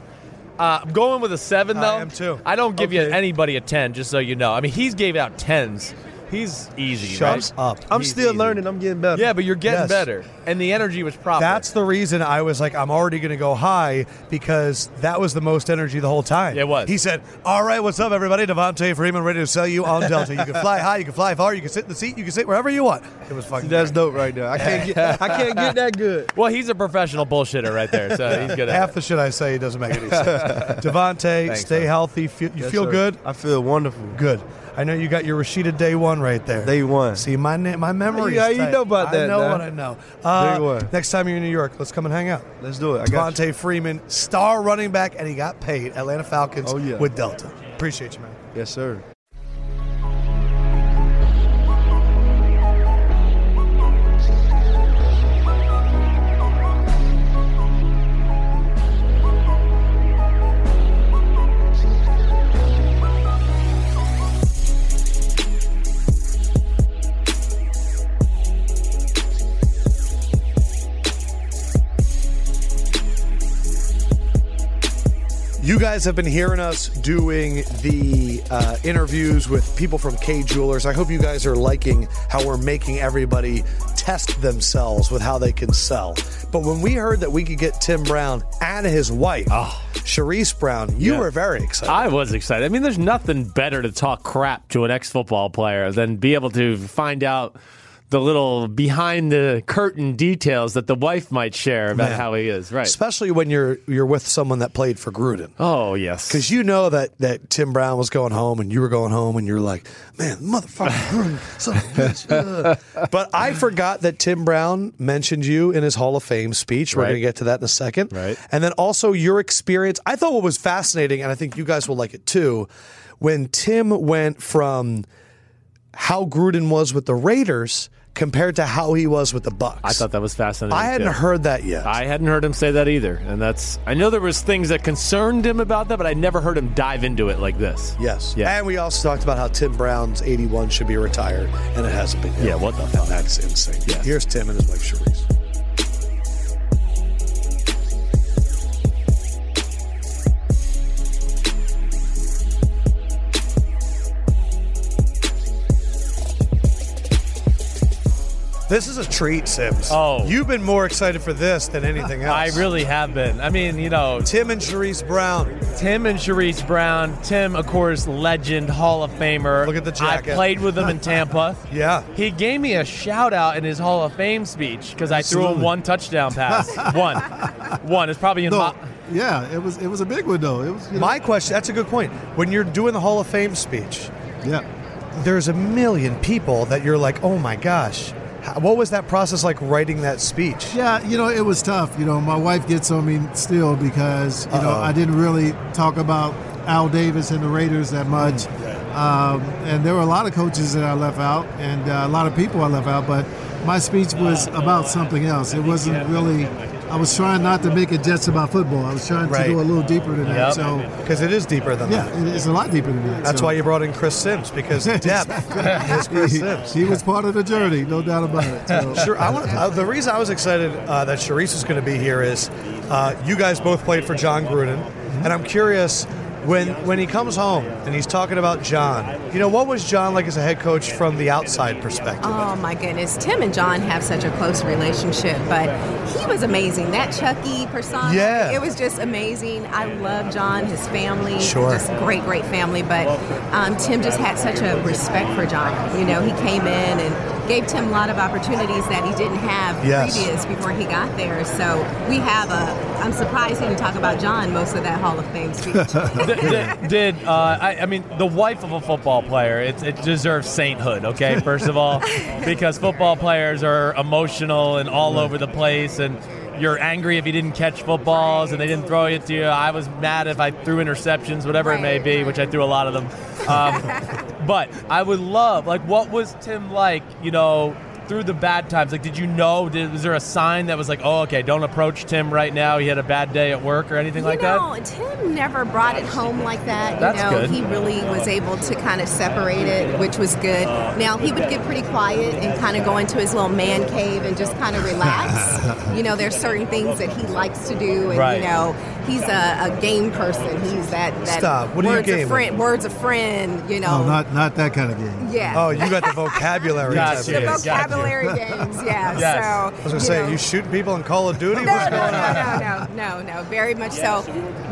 [SPEAKER 2] Uh, I'm going with a seven,
[SPEAKER 1] I
[SPEAKER 2] though.
[SPEAKER 1] am too.
[SPEAKER 2] I don't give you
[SPEAKER 7] Okay.
[SPEAKER 2] anybody a 10, just so you know. I mean, he's gave out 10s. He's easy, right?
[SPEAKER 1] up.
[SPEAKER 7] I'm
[SPEAKER 2] He's
[SPEAKER 7] still
[SPEAKER 2] easy.
[SPEAKER 7] learning. I'm getting better.
[SPEAKER 2] Yeah, but you're getting
[SPEAKER 1] Yes.
[SPEAKER 2] better. And the energy was proper.
[SPEAKER 1] That's the reason I was like, I'm already going to go high because that was the most energy the whole time.
[SPEAKER 2] It was.
[SPEAKER 1] He said, All right, what's up, everybody? Devontae Freeman ready to sell you on Delta. You can fly high, you can fly far, you can sit in the seat, you can sit wherever you want. It was fucking
[SPEAKER 7] That's
[SPEAKER 1] great.
[SPEAKER 7] dope right there. I can't get. I can't get that good.
[SPEAKER 2] well, he's a professional bullshitter right there, so he's good at
[SPEAKER 1] Half
[SPEAKER 2] it.
[SPEAKER 1] the shit I say doesn't make any sense. Devontae,
[SPEAKER 2] Thanks,
[SPEAKER 1] stay
[SPEAKER 2] man.
[SPEAKER 1] healthy. Feel, you
[SPEAKER 7] Yes,
[SPEAKER 1] feel
[SPEAKER 7] sir.
[SPEAKER 1] good?
[SPEAKER 7] I feel wonderful.
[SPEAKER 1] Good. I know you got your Rashida day one right there.
[SPEAKER 7] Day one.
[SPEAKER 1] See, my na- my memory
[SPEAKER 7] Yeah,
[SPEAKER 1] is
[SPEAKER 7] you
[SPEAKER 1] tight.
[SPEAKER 7] know about
[SPEAKER 1] I
[SPEAKER 7] that
[SPEAKER 1] know
[SPEAKER 7] now.
[SPEAKER 1] what I know. Uh,
[SPEAKER 7] Day one.
[SPEAKER 1] Next time you're in New York, let's come and hang out.
[SPEAKER 7] Let's do it. I got you.
[SPEAKER 1] Devontae Freeman, star running back, and he got paid. Atlanta Falcons
[SPEAKER 7] Oh, yeah.
[SPEAKER 1] with Delta. Appreciate you, man.
[SPEAKER 7] Yes, sir.
[SPEAKER 1] You guys have been hearing us doing the uh, interviews with people from K Jewelers. I hope you guys are liking how we're making everybody test themselves with how they can sell. But when we heard that we could get Tim Brown and his wife,
[SPEAKER 7] Ah.
[SPEAKER 1] Sharice Brown, you were very excited.
[SPEAKER 5] I was excited. I mean, there's nothing better to talk crap to an ex football player than be able to find out the little behind the curtain details that the wife might share about
[SPEAKER 1] Man.
[SPEAKER 5] how he is. Right.
[SPEAKER 1] Especially when you're you're with someone that played for Gruden.
[SPEAKER 5] oh, yes.
[SPEAKER 1] Because you know that that Tim Brown was going home and you were going home and you were like, man, motherfucker. Gruden, son of a bitch, ugh." but I forgot that Tim Brown mentioned you in his Hall of Fame speech. We're
[SPEAKER 5] Right.
[SPEAKER 1] going to get to that in a second.
[SPEAKER 5] Right.
[SPEAKER 1] And then also your experience. I thought what was fascinating, and I think you guys will like it too, when Tim went from how Gruden was with the Raiders compared to how he was with the Bucks.
[SPEAKER 5] I thought that was fascinating.
[SPEAKER 1] I hadn't
[SPEAKER 5] too.
[SPEAKER 1] heard that yet.
[SPEAKER 5] I hadn't heard him say that either, and that's. I know there was things that concerned him about that, but I never heard him dive into it like this.
[SPEAKER 1] Yes.
[SPEAKER 5] Yeah.
[SPEAKER 1] And we also talked about how Tim Brown's 81 should be retired, and it hasn't been. Yet.
[SPEAKER 5] Yeah, what the
[SPEAKER 1] And
[SPEAKER 5] fuck?
[SPEAKER 1] That's insane.
[SPEAKER 5] Yes.
[SPEAKER 1] Here's Tim and his wife Sharice. This is a treat, Sims.
[SPEAKER 2] Oh.
[SPEAKER 1] you've been more excited for this than anything
[SPEAKER 2] I
[SPEAKER 1] else.
[SPEAKER 2] really have been. I mean, you know,
[SPEAKER 1] Tim and Sharice Brown.
[SPEAKER 2] Tim and Sharice Brown. Tim, of course, legend, Hall of Famer.
[SPEAKER 1] Look at the jacket.
[SPEAKER 2] I played with him in Tampa.
[SPEAKER 1] Yeah.
[SPEAKER 2] He gave me a shout out in his Hall of Fame speech because I threw him
[SPEAKER 9] Absolutely.
[SPEAKER 2] one touchdown pass. one. One. It's probably in
[SPEAKER 9] No,
[SPEAKER 2] my.
[SPEAKER 9] yeah, it was it was a big one though. It was you know,
[SPEAKER 1] My question that's a good point. When you're doing the Hall of Fame speech,
[SPEAKER 9] yeah.
[SPEAKER 1] there's a million people that you're like, oh my gosh, How- what was that process like writing that speech?
[SPEAKER 9] Yeah, you know, it was tough. You know, my wife gets on me still
[SPEAKER 1] Mm,
[SPEAKER 9] because, you know, I didn't really talk about Al Davis and the Raiders that much. Um, and there were a lot of coaches that I left out and uh, a lot of people I left out, but my speech was about something else. It wasn't really, I was trying not to make it just about football. I was trying
[SPEAKER 1] Right.
[SPEAKER 9] to go a little deeper than that.
[SPEAKER 1] Yep.
[SPEAKER 9] So,
[SPEAKER 1] Because it is deeper than that.
[SPEAKER 9] yeah, it- it's a lot deeper than that.
[SPEAKER 1] That's
[SPEAKER 9] so.
[SPEAKER 1] why you brought in Chris Sims because depth is Chris Sims.
[SPEAKER 9] He was part of the journey, no doubt about it. So.
[SPEAKER 1] Sure. I want uh, the reason I was excited uh, that Sharice is going to be here is uh, you guys both played for John Gruden,
[SPEAKER 9] Mm-hmm.
[SPEAKER 1] and I'm curious when when he comes home and he's talking about John. You know what was John like as a head coach from the outside perspective?
[SPEAKER 10] Oh my goodness, Tim and John have such a close relationship, but he was amazing. That Chucky persona,
[SPEAKER 1] Yeah.
[SPEAKER 10] E. it was just amazing. I love John, his family,
[SPEAKER 1] Sure.
[SPEAKER 10] just great, great family. But um, Tim just had such a respect for John. You know, he came in and gave Tim a lot of opportunities that he didn't have
[SPEAKER 1] Yes.
[SPEAKER 10] previous before he got there. So we have a. I'm surprised he didn't talk about John most of that Hall of Fame speech.
[SPEAKER 2] did, did uh, I, I mean the wife of a football player? It, it deserves sainthood. Okay, first of all, because football players are emotional and all over the place, and you're angry if you didn't catch footballs and they didn't throw it to you. I was mad if I threw interceptions, whatever it may
[SPEAKER 10] Right,
[SPEAKER 2] be,
[SPEAKER 10] right.
[SPEAKER 2] which I threw a lot of them. Um, but I would love, like, what was Tim like? You know. Through the bad times, like, did you know? Did, was there a sign that was like, "Oh, okay, don't approach Tim right now. He had a bad day at work or anything
[SPEAKER 10] you
[SPEAKER 2] like that."
[SPEAKER 10] know, Tim never brought it home like that.
[SPEAKER 2] That's
[SPEAKER 10] you know,
[SPEAKER 2] good.
[SPEAKER 10] he really was able to kind of separate it, which was good. Now he would get pretty quiet and kind of go into his little man cave and just kind of relax. you know, there's certain things that he likes to do, and
[SPEAKER 2] Right.
[SPEAKER 10] you know, he's a, a game person. He's that. that
[SPEAKER 1] Stop. What are you
[SPEAKER 10] words
[SPEAKER 1] gaming?
[SPEAKER 10] a friend. Words a friend. You know.
[SPEAKER 9] No, not not that kind of game.
[SPEAKER 10] yeah.
[SPEAKER 1] Oh, you got the vocabulary.
[SPEAKER 2] Got
[SPEAKER 1] type
[SPEAKER 2] you.
[SPEAKER 1] of guy.
[SPEAKER 10] the
[SPEAKER 2] Yes, got you.
[SPEAKER 10] vocabulary games. Yeah.
[SPEAKER 2] Yes.
[SPEAKER 10] So
[SPEAKER 1] I was gonna say
[SPEAKER 10] know.
[SPEAKER 1] you shooting people in Call of Duty.
[SPEAKER 10] No,
[SPEAKER 1] What's
[SPEAKER 10] no,
[SPEAKER 1] going on?
[SPEAKER 10] no, no, no, no, no, very much so.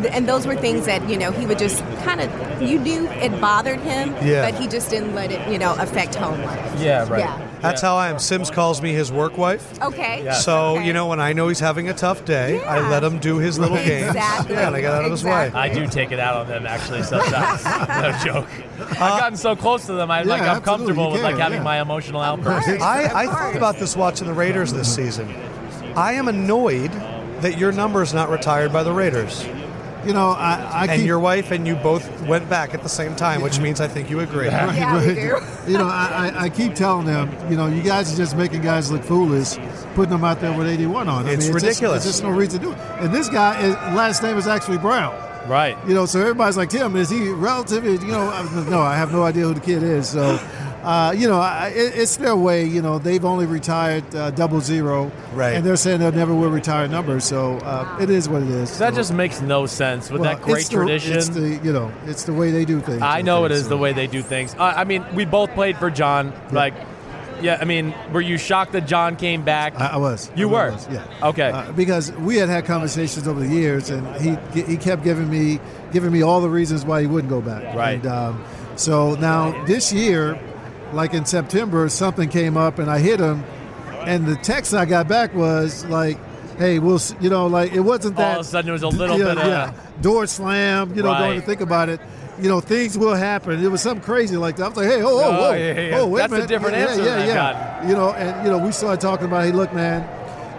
[SPEAKER 10] Th- And those were things that, you know, he would just kind of, you knew it bothered him,
[SPEAKER 1] Yeah.
[SPEAKER 10] but he just didn't let it, you know, affect home life.
[SPEAKER 2] Yeah, right.
[SPEAKER 10] Yeah.
[SPEAKER 1] That's how I am. Sims calls me his work wife.
[SPEAKER 10] Okay.
[SPEAKER 1] So
[SPEAKER 10] Okay.
[SPEAKER 1] you know when I know he's having a tough day, I
[SPEAKER 10] Yeah.
[SPEAKER 1] let him do his little games.
[SPEAKER 10] Exactly.
[SPEAKER 1] Yeah, and I got out of his way.
[SPEAKER 10] Exactly.
[SPEAKER 2] I do take it out on them actually sometimes. no joke. I've gotten so close to them. I like
[SPEAKER 9] yeah,
[SPEAKER 2] I'm comfortable
[SPEAKER 9] absolutely,
[SPEAKER 2] with
[SPEAKER 9] you
[SPEAKER 2] like
[SPEAKER 9] can,
[SPEAKER 2] having
[SPEAKER 9] yeah.
[SPEAKER 2] my emotional outbursts.
[SPEAKER 10] Right.
[SPEAKER 1] I, I
[SPEAKER 10] Of
[SPEAKER 1] thought
[SPEAKER 10] course.
[SPEAKER 1] about this watching the Raiders this season. I am annoyed that your number is not retired by the Raiders.
[SPEAKER 9] You know, I, I
[SPEAKER 1] And
[SPEAKER 9] keep
[SPEAKER 1] your wife and you both went back at the same time, which means I think you agree.
[SPEAKER 10] Yeah, we do.
[SPEAKER 9] you know, I, I, I keep telling them, you know, you guys are just making guys look foolish, putting them out there with 81 on. I
[SPEAKER 1] It's
[SPEAKER 9] mean,
[SPEAKER 1] ridiculous.
[SPEAKER 9] Just, there's just no reason to do it. And this guy, his last name is actually Brown.
[SPEAKER 2] Right.
[SPEAKER 9] You know, so everybody's like, Tim, is he relative? Is- You know, I'm- no, I have no idea who the kid is. So, uh, you know, I, it, it's their way. You know, they've only retired uh, double zero.
[SPEAKER 1] Right.
[SPEAKER 9] And they're saying they'll never will retire numbers. So uh, it is what it is.
[SPEAKER 2] That
[SPEAKER 9] So,
[SPEAKER 2] just makes no sense with
[SPEAKER 9] well,
[SPEAKER 2] that great
[SPEAKER 9] it's the-
[SPEAKER 2] tradition.
[SPEAKER 9] it's the, you know, it's the way they do things.
[SPEAKER 2] I know it
[SPEAKER 9] think,
[SPEAKER 2] is
[SPEAKER 9] so.
[SPEAKER 2] the way they do things. Uh, I mean, we both played for John. Like, yeah. I mean, were you shocked that John came back?
[SPEAKER 9] I, I was.
[SPEAKER 2] You
[SPEAKER 9] I really
[SPEAKER 2] were?
[SPEAKER 9] was, yeah.
[SPEAKER 2] Okay.
[SPEAKER 9] Uh, because we had had conversations over the years, and he he kept giving me giving me all the reasons why he wouldn't go back.
[SPEAKER 2] Right.
[SPEAKER 9] And, um, so now this year, like in September, something came up, and I hit him, and the text I got back was like, "Hey, we'll s- you know like it wasn't
[SPEAKER 2] All
[SPEAKER 9] that
[SPEAKER 2] of a sudden, there was a little
[SPEAKER 9] yeah,
[SPEAKER 2] bit of-
[SPEAKER 9] yeah, door slam. You know,
[SPEAKER 2] Right.
[SPEAKER 9] don't even think about it." You know, things will happen. It was something crazy like that. I was like, "Hey, oh, oh,
[SPEAKER 2] Oh,
[SPEAKER 9] whoa,
[SPEAKER 2] yeah, yeah, yeah.
[SPEAKER 9] oh, wait
[SPEAKER 2] That's a
[SPEAKER 9] a minute,
[SPEAKER 2] different
[SPEAKER 9] yeah,
[SPEAKER 2] answer
[SPEAKER 9] yeah,
[SPEAKER 2] than I
[SPEAKER 9] yeah,
[SPEAKER 2] got.
[SPEAKER 9] you know, and you know, we started talking about, hey, look, man,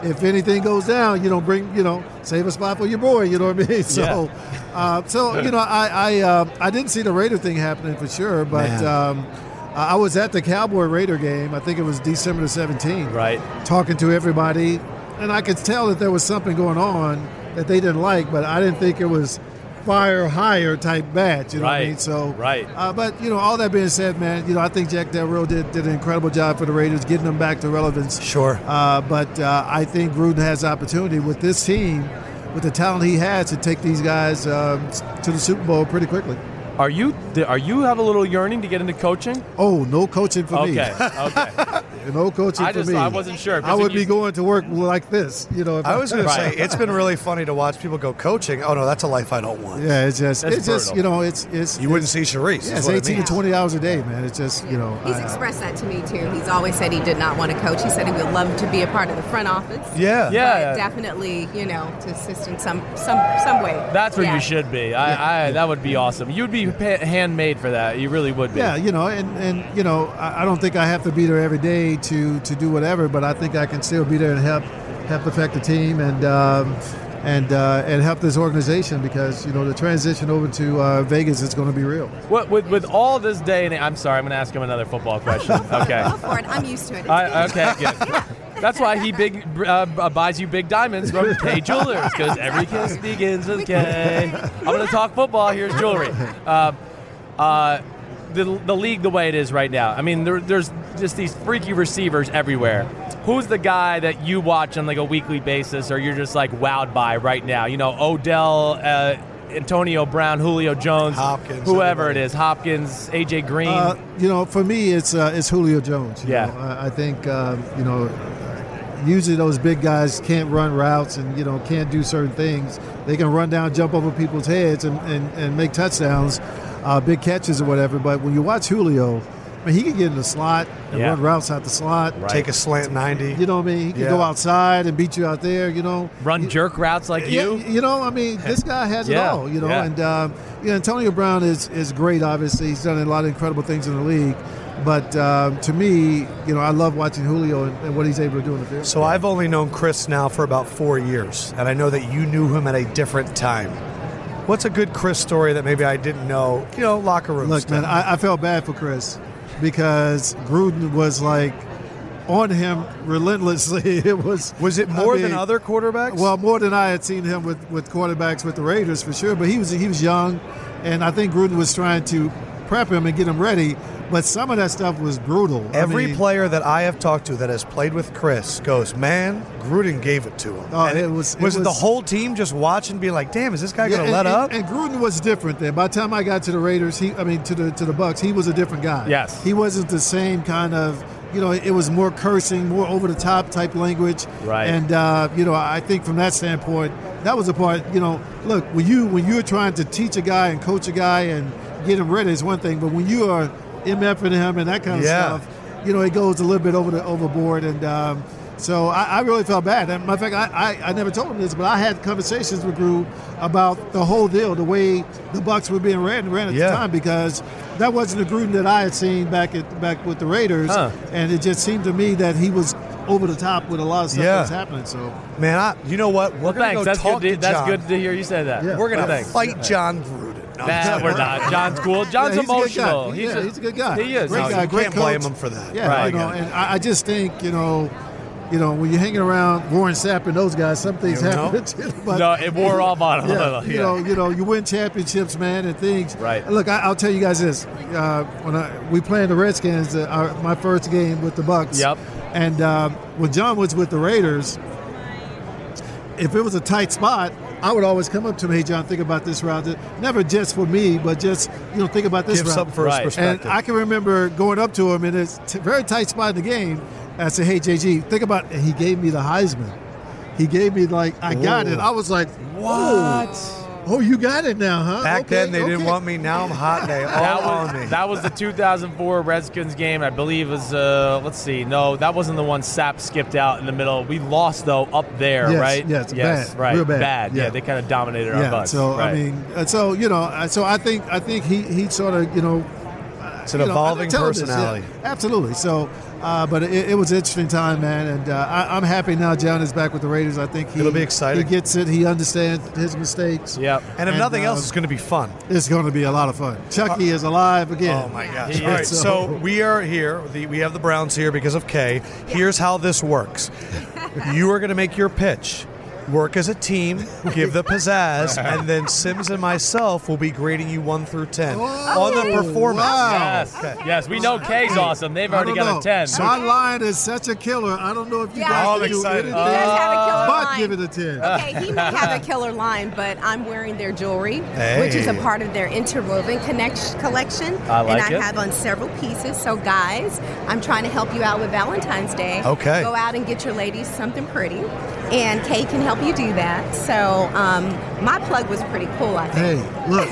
[SPEAKER 9] if anything goes down, you know, bring, you know, save a spot for your boy. You know what I mean? So, uh, so you know, I I uh, I didn't see the Raider thing happening for sure, but.
[SPEAKER 1] Man.
[SPEAKER 9] Um, I I was at the Cowboy Raider game. I think it was December the 17th.
[SPEAKER 2] Right.
[SPEAKER 9] Talking to everybody. And I could tell that there was something going on that they didn't like, but I didn't think it was fire higher type bad. You know what I
[SPEAKER 2] Right.
[SPEAKER 9] mean? So
[SPEAKER 2] Right.
[SPEAKER 9] uh, but you know, all that being said, man, you know, I think Jack Del Rio did, did an incredible job for the Raiders, getting them back to relevance.
[SPEAKER 1] Sure.
[SPEAKER 9] Uh, but uh, I think Gruden has opportunity with this team, with the talent he has, to take these guys um, s- to the Super Bowl pretty quickly.
[SPEAKER 2] Are you? Are you have a little yearning to get into coaching?
[SPEAKER 9] Oh, no coaching for
[SPEAKER 2] Okay.
[SPEAKER 9] me.
[SPEAKER 2] Okay.
[SPEAKER 9] No coaching
[SPEAKER 2] I
[SPEAKER 9] for
[SPEAKER 2] just-
[SPEAKER 9] me.
[SPEAKER 2] I wasn't sure,
[SPEAKER 9] I
[SPEAKER 2] because
[SPEAKER 9] would
[SPEAKER 2] you-
[SPEAKER 9] be going to work like this. You know, if
[SPEAKER 1] I was going to say,
[SPEAKER 2] Right.
[SPEAKER 1] it's been really funny to watch people go coaching. Oh, no, that's a life I don't want.
[SPEAKER 9] Yeah, it's just,
[SPEAKER 2] That's
[SPEAKER 9] it's just,
[SPEAKER 2] brutal.
[SPEAKER 9] you know, it's it's.
[SPEAKER 1] You wouldn't see Sharice.
[SPEAKER 9] Yeah,
[SPEAKER 1] is
[SPEAKER 9] it's
[SPEAKER 1] what I
[SPEAKER 9] eighteen
[SPEAKER 1] mean.
[SPEAKER 9] to twenty hours a day, man. It's just, you know.
[SPEAKER 10] He's
[SPEAKER 1] uh,
[SPEAKER 9] I-
[SPEAKER 10] expressed that to me too. He's always said he did not want to coach. He said he would love to be a part of the front office.
[SPEAKER 1] Yeah.
[SPEAKER 2] Yeah.
[SPEAKER 10] But definitely, you know, to assist in some some some way.
[SPEAKER 2] That's where
[SPEAKER 10] Yeah.
[SPEAKER 2] you should be. I, I that would be awesome. You'd be pa- handmade for that. You really would be.
[SPEAKER 9] Yeah, you know, and, and you know, I, I don't think I have to be there every day to to do whatever, but I think I can still be there and help help affect the team. And um, and uh, and help this organization because you know the transition over to uh, Vegas is going to be real.
[SPEAKER 2] What, with with all this day and I'm sorry, I'm going to ask him another football question. Okay.
[SPEAKER 10] Go for it. I'm used to it. It's
[SPEAKER 2] I,
[SPEAKER 10] good.
[SPEAKER 2] okay, good. That's why he big uh, b- buys you big diamonds from K Jewelers because every kiss begins with K. I'm gonna talk football. Here's jewelry. Um uh, the the league the way it is right now. I mean, there, there's just these freaky receivers everywhere. Who's the guy that you watch on like a weekly basis, or you're just like wowed by right now? You know, Odell. Uh, Antonio Brown, Julio Jones,
[SPEAKER 1] Hopkins,
[SPEAKER 2] whoever
[SPEAKER 1] everybody.
[SPEAKER 2] it is, Hopkins, AJ Green.
[SPEAKER 9] Uh, you know, for me, it's uh, it's Julio Jones. you
[SPEAKER 2] Yeah.
[SPEAKER 9] know. I, I think um, you know. Usually, those big guys can't run routes and you know can't do certain things. They can run down, jump over people's heads, and, and, and make touchdowns, uh, big catches or whatever. But when you watch Julio, I mean, he can get in the slot and
[SPEAKER 2] Yeah.
[SPEAKER 9] run routes out the slot.
[SPEAKER 1] Take a slant 90.
[SPEAKER 9] You know what I mean? He can go
[SPEAKER 1] Yeah.
[SPEAKER 9] outside and beat you out there. You know,
[SPEAKER 2] Run jerk routes like
[SPEAKER 9] yeah,
[SPEAKER 2] you.
[SPEAKER 9] You know, I mean, this guy has
[SPEAKER 2] Yeah,
[SPEAKER 9] it all. You know,
[SPEAKER 2] yeah.
[SPEAKER 9] and um, you know, Antonio Brown is is great. Obviously, he's done a lot of incredible things in the league. But um, to me, you know, I love watching Julio and, and what he's able to do in the field.
[SPEAKER 1] So I've only known Chris now for about four years, and I know that you knew him at a different time. What's a good Chris story that maybe I didn't know? You know, locker room.
[SPEAKER 9] Look,
[SPEAKER 1] stuff.
[SPEAKER 9] man, I, I felt bad for Chris because Gruden was like on him relentlessly. It was
[SPEAKER 1] was it
[SPEAKER 9] I
[SPEAKER 1] more than
[SPEAKER 9] mean,
[SPEAKER 1] other quarterbacks?
[SPEAKER 9] Well, more than I had seen him with, with quarterbacks with the Raiders for sure, but he was he was young, and I think Gruden was trying to prep him and get him ready. But some of that stuff was brutal. I
[SPEAKER 1] every
[SPEAKER 9] mean,
[SPEAKER 1] player that I have talked to that has played with Chris goes, man, Gruden gave it to him.
[SPEAKER 9] Oh,
[SPEAKER 1] And
[SPEAKER 9] it was- it
[SPEAKER 1] was the
[SPEAKER 9] was-
[SPEAKER 1] whole team just watching, being like, damn, is this guy
[SPEAKER 9] Yeah,
[SPEAKER 1] going
[SPEAKER 9] and,
[SPEAKER 1] to let
[SPEAKER 9] and-
[SPEAKER 1] up?
[SPEAKER 9] And Gruden was different then. By the time I got to the Raiders, he I mean to the to the Bucks, he was a different guy.
[SPEAKER 2] Yes.
[SPEAKER 9] He wasn't the same kind of you know, it was more cursing, more over the top type language.
[SPEAKER 2] Right.
[SPEAKER 9] And uh, you know, I think from that standpoint, that was a part, you know, look, when you when you're trying to teach a guy and coach a guy and get him ready is one thing, but when you are MFing him and that kind of
[SPEAKER 1] Yeah.
[SPEAKER 9] stuff, you know, it goes a little bit over the overboard. And um, so I, I really felt bad. And matter of fact, I, I, I never told him this, but I had conversations with Gru about the whole deal, the way the Bucks were being ran, ran at
[SPEAKER 1] Yeah.
[SPEAKER 9] the time, because that wasn't the Gruden that I had seen back at back with the Raiders,
[SPEAKER 2] Huh.
[SPEAKER 9] and it just seemed to me that he was over the top with a lot of stuff
[SPEAKER 1] Yeah.
[SPEAKER 9] that was happening. So
[SPEAKER 1] man, I, you know what? We're
[SPEAKER 2] Well,
[SPEAKER 1] going
[SPEAKER 2] thanks.
[SPEAKER 1] to go
[SPEAKER 2] That's
[SPEAKER 1] talk
[SPEAKER 2] good. To,
[SPEAKER 1] to
[SPEAKER 2] that's
[SPEAKER 1] John.
[SPEAKER 2] good to hear you say that.
[SPEAKER 9] Yeah.
[SPEAKER 1] We're going to
[SPEAKER 2] Thanks.
[SPEAKER 1] fight John Gruden. No, I'm just
[SPEAKER 2] Nah,
[SPEAKER 1] kidding.
[SPEAKER 2] we're not. John's cool. John's
[SPEAKER 9] Yeah, he's a good guy.
[SPEAKER 2] emotional.
[SPEAKER 9] yeah,
[SPEAKER 2] just-
[SPEAKER 9] he's a good guy.
[SPEAKER 2] He is.
[SPEAKER 9] Great
[SPEAKER 1] No,
[SPEAKER 9] guy.
[SPEAKER 1] you
[SPEAKER 9] great
[SPEAKER 1] can't blame
[SPEAKER 9] coach.
[SPEAKER 1] him for that.
[SPEAKER 9] Yeah,
[SPEAKER 2] Right.
[SPEAKER 9] you know, and I, I just think you know, you know, when you're hanging around Warren Sapp and those guys, some things
[SPEAKER 1] You know?
[SPEAKER 9] happen. To you, but
[SPEAKER 2] No, it wore off on him.
[SPEAKER 9] yeah,
[SPEAKER 2] Yeah.
[SPEAKER 9] you know, you know, you win championships, man, and things.
[SPEAKER 2] Right.
[SPEAKER 9] Look, I, I'll tell you guys this: uh, when I, we playing the Redskins, uh, our, my first game with the Bucks.
[SPEAKER 2] Yep.
[SPEAKER 9] And um, when John was with the Raiders, if it was a tight spot, I would always come up to him, "Hey, John, think about this route." Never just for me, but just you know, think about this
[SPEAKER 1] Give
[SPEAKER 9] route.
[SPEAKER 1] some first
[SPEAKER 2] Right.
[SPEAKER 1] perspective.
[SPEAKER 9] And I can remember going up to him in a t- very tight spot in the game. And I said, "Hey, JG, think about." And he gave me the Heisman. He gave me like I got it. I was like, "What? Oh, you got it now, huh?"
[SPEAKER 1] Back
[SPEAKER 9] Okay,
[SPEAKER 1] then, they didn't
[SPEAKER 9] okay."
[SPEAKER 1] want me. Now I'm hot. They all
[SPEAKER 2] That
[SPEAKER 1] on me.
[SPEAKER 2] was, that was the 2004 Redskins game. I believe it was, uh, let's see, no, that wasn't the one Sapp skipped out in the middle. We lost, though, up there,
[SPEAKER 9] Yes,
[SPEAKER 2] right?
[SPEAKER 9] yes, bad,
[SPEAKER 2] right.
[SPEAKER 9] real bad,
[SPEAKER 2] Yeah.
[SPEAKER 9] yeah.
[SPEAKER 2] they kind of dominated our
[SPEAKER 9] Yeah.
[SPEAKER 2] butts.
[SPEAKER 9] so
[SPEAKER 2] right.
[SPEAKER 9] I mean, uh, so you know, uh, so I think I think he he sort of you know
[SPEAKER 1] it's an
[SPEAKER 9] you know, I-
[SPEAKER 1] evolving
[SPEAKER 9] tell him this, yeah.
[SPEAKER 1] personality.
[SPEAKER 9] absolutely. So, uh, but it, it was an interesting time, man, and uh, I, I'm happy now. John is back with the Raiders. I think he,
[SPEAKER 1] It'll be exciting.
[SPEAKER 9] He gets it. He understands his mistakes.
[SPEAKER 2] Yep.
[SPEAKER 1] And if nothing
[SPEAKER 9] um,
[SPEAKER 1] else, it's going to be fun.
[SPEAKER 9] It's going to be a lot of fun. Chucky is alive again.
[SPEAKER 1] Oh my gosh!
[SPEAKER 2] He
[SPEAKER 1] All
[SPEAKER 2] is.
[SPEAKER 1] right, so we are here. The, we have the Browns here because of Kay. Here's how this works: you are going to make your pitch, work as a team, give the pizzazz, and then Sims and myself will be grading you one through ten on the performance.
[SPEAKER 9] Wow.
[SPEAKER 2] yes. Yes, we know K's awesome. They've
[SPEAKER 9] I
[SPEAKER 2] already
[SPEAKER 9] don't
[SPEAKER 2] got
[SPEAKER 9] know.
[SPEAKER 2] a 10.
[SPEAKER 9] My line is such a killer. I don't know if you
[SPEAKER 10] Yeah,
[SPEAKER 9] guys
[SPEAKER 10] Oh,
[SPEAKER 9] can
[SPEAKER 10] I'm
[SPEAKER 9] do
[SPEAKER 1] excited.
[SPEAKER 9] anything
[SPEAKER 10] He does have a killer
[SPEAKER 9] but
[SPEAKER 10] line.
[SPEAKER 9] give it a ten.
[SPEAKER 10] Okay, he may have a killer line, but I'm wearing their jewelry, which is a
[SPEAKER 1] Hey.
[SPEAKER 10] part of their interwoven connect- collection.
[SPEAKER 2] I like
[SPEAKER 10] and I
[SPEAKER 2] it.
[SPEAKER 10] have on several pieces. So, guys, I'm trying to help you out with Valentine's Day.
[SPEAKER 1] Okay.
[SPEAKER 10] Go out and get your ladies something pretty, and Kay can help you do that. So, um, my plug was pretty cool, I think.
[SPEAKER 9] Hey, look,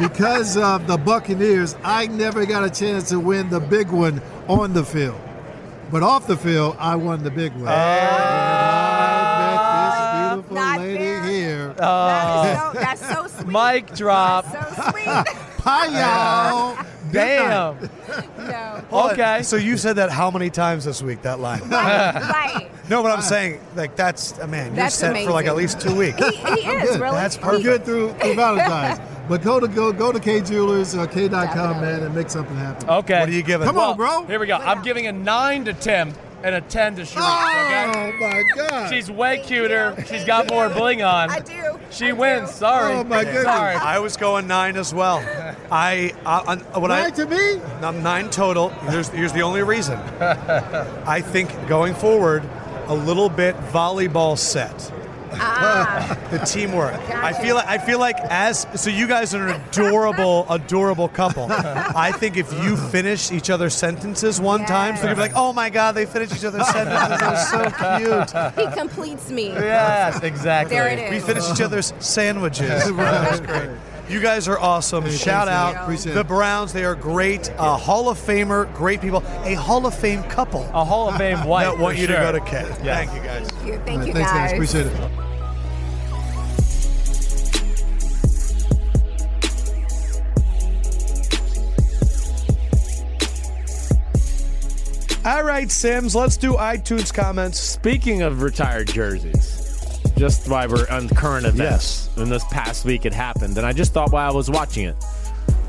[SPEAKER 9] because of the Buccaneers, I never got a chance to win the big one on the field. But off the field, I won the big one. And I met this beautiful
[SPEAKER 10] Not
[SPEAKER 9] lady
[SPEAKER 10] fair.
[SPEAKER 9] here.
[SPEAKER 11] Uh, Oh.
[SPEAKER 10] That is so, that's so sweet.
[SPEAKER 2] Mic drop.
[SPEAKER 10] That's so sweet.
[SPEAKER 9] Hi, y'all.
[SPEAKER 11] uh, Damn.
[SPEAKER 10] No.
[SPEAKER 11] Okay.
[SPEAKER 1] So you said that how many times this week? That line.
[SPEAKER 10] right.
[SPEAKER 1] No, but I'm saying like that's uh, man, you're
[SPEAKER 10] That's
[SPEAKER 1] set for like
[SPEAKER 10] amazing.
[SPEAKER 1] at least two weeks.
[SPEAKER 10] He, he is really.
[SPEAKER 1] That's
[SPEAKER 10] He-
[SPEAKER 9] I'm good through, through Valentine's. But go to go go to uh, K Jewelers or K.com, man, and make something happen.
[SPEAKER 11] Okay.
[SPEAKER 1] What are you giving?
[SPEAKER 9] Come on, bro.
[SPEAKER 11] Here we go. I'm giving a nine to Tim and a ten to Sharif. okay?
[SPEAKER 9] Oh my God!
[SPEAKER 11] She's way
[SPEAKER 10] Thank
[SPEAKER 11] cuter.
[SPEAKER 10] you.
[SPEAKER 11] She's got more bling on.
[SPEAKER 10] I do.
[SPEAKER 11] She
[SPEAKER 10] I
[SPEAKER 11] wins.
[SPEAKER 10] do.
[SPEAKER 11] Sorry.
[SPEAKER 9] Oh, my goodness.
[SPEAKER 11] Sorry.
[SPEAKER 1] I was going nine as well. I, I on- when
[SPEAKER 9] Lied
[SPEAKER 1] I
[SPEAKER 9] to me?
[SPEAKER 1] I'm nine total. Here's, here's the only reason. I think going forward, a little bit volleyball set.
[SPEAKER 10] Ah,
[SPEAKER 1] The teamwork. I
[SPEAKER 10] Gotcha.
[SPEAKER 1] feel like I feel like as so you guys are an adorable, adorable couple. I think if you finish each other's sentences one time, so you'll be like, oh my god, they finished each other's sentences. They're so cute.
[SPEAKER 10] he completes me.
[SPEAKER 11] Yes, exactly.
[SPEAKER 10] There it is.
[SPEAKER 1] We finished each other's sandwiches.
[SPEAKER 9] Right.
[SPEAKER 1] You guys are awesome.
[SPEAKER 9] Hey,
[SPEAKER 1] Shout
[SPEAKER 9] thanks,
[SPEAKER 1] out
[SPEAKER 9] man. Appreciate
[SPEAKER 1] the
[SPEAKER 9] it.
[SPEAKER 1] Browns. They are great. A Hall of Famer, great people. A Hall of Fame couple.
[SPEAKER 2] Oh,
[SPEAKER 11] A Hall of Fame wife.
[SPEAKER 1] that want
[SPEAKER 11] for
[SPEAKER 1] you to
[SPEAKER 11] sure.
[SPEAKER 1] go to K. Thank you guys.
[SPEAKER 10] Thank you,
[SPEAKER 9] All
[SPEAKER 10] thank
[SPEAKER 9] right,
[SPEAKER 10] you
[SPEAKER 9] Thanks, guys.
[SPEAKER 10] guys.
[SPEAKER 9] Appreciate it.
[SPEAKER 1] All right, Sims, let's do iTunes comments.
[SPEAKER 2] Speaking of retired jerseys, just why we're on current events, and this past week it happened, and I just thought while I was watching it,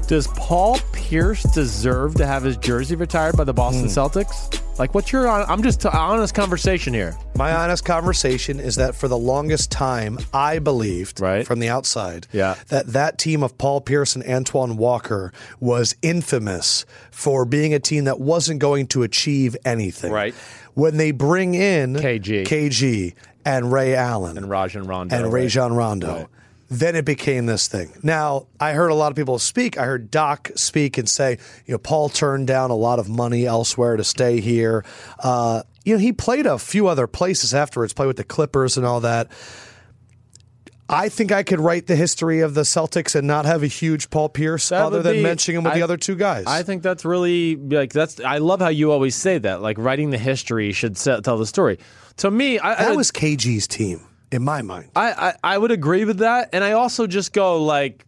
[SPEAKER 2] does Paul Pierce deserve to have his jersey retired by the
[SPEAKER 1] Hmm.
[SPEAKER 2] Boston Celtics? Like, what's your? hon- I'm just t- honest conversation here.
[SPEAKER 1] My honest conversation is that for the longest time, I believed
[SPEAKER 2] Right.
[SPEAKER 1] from the outside
[SPEAKER 2] Yeah.
[SPEAKER 1] that that team of Paul Pierce and Antoine Walker was infamous for being a team that wasn't going to achieve anything.
[SPEAKER 2] Right.
[SPEAKER 1] When they bring in
[SPEAKER 2] KG.
[SPEAKER 1] KG and Ray Allen
[SPEAKER 2] And Rajon Rondo
[SPEAKER 1] and
[SPEAKER 2] right?
[SPEAKER 1] Rajon Rondo.
[SPEAKER 2] Right.
[SPEAKER 1] Then it became this thing. Now, I heard a lot of people speak. I heard Doc speak and say, you know, Paul turned down a lot of money elsewhere to stay here. Uh, you know, he played a few other places afterwards, played with the Clippers and all that. I think I could write the history of the Celtics and not have a huge Paul Pierce
[SPEAKER 2] That
[SPEAKER 1] other
[SPEAKER 2] would
[SPEAKER 1] than
[SPEAKER 2] be-
[SPEAKER 1] mentioning him with
[SPEAKER 2] I-
[SPEAKER 1] the other two guys.
[SPEAKER 2] I think that's really like that's. I love how you always say that. Like writing the history should se- tell the story. To me, I, I
[SPEAKER 1] that was KG's team, in my mind.
[SPEAKER 2] I, I I would agree with that, and I also just go like,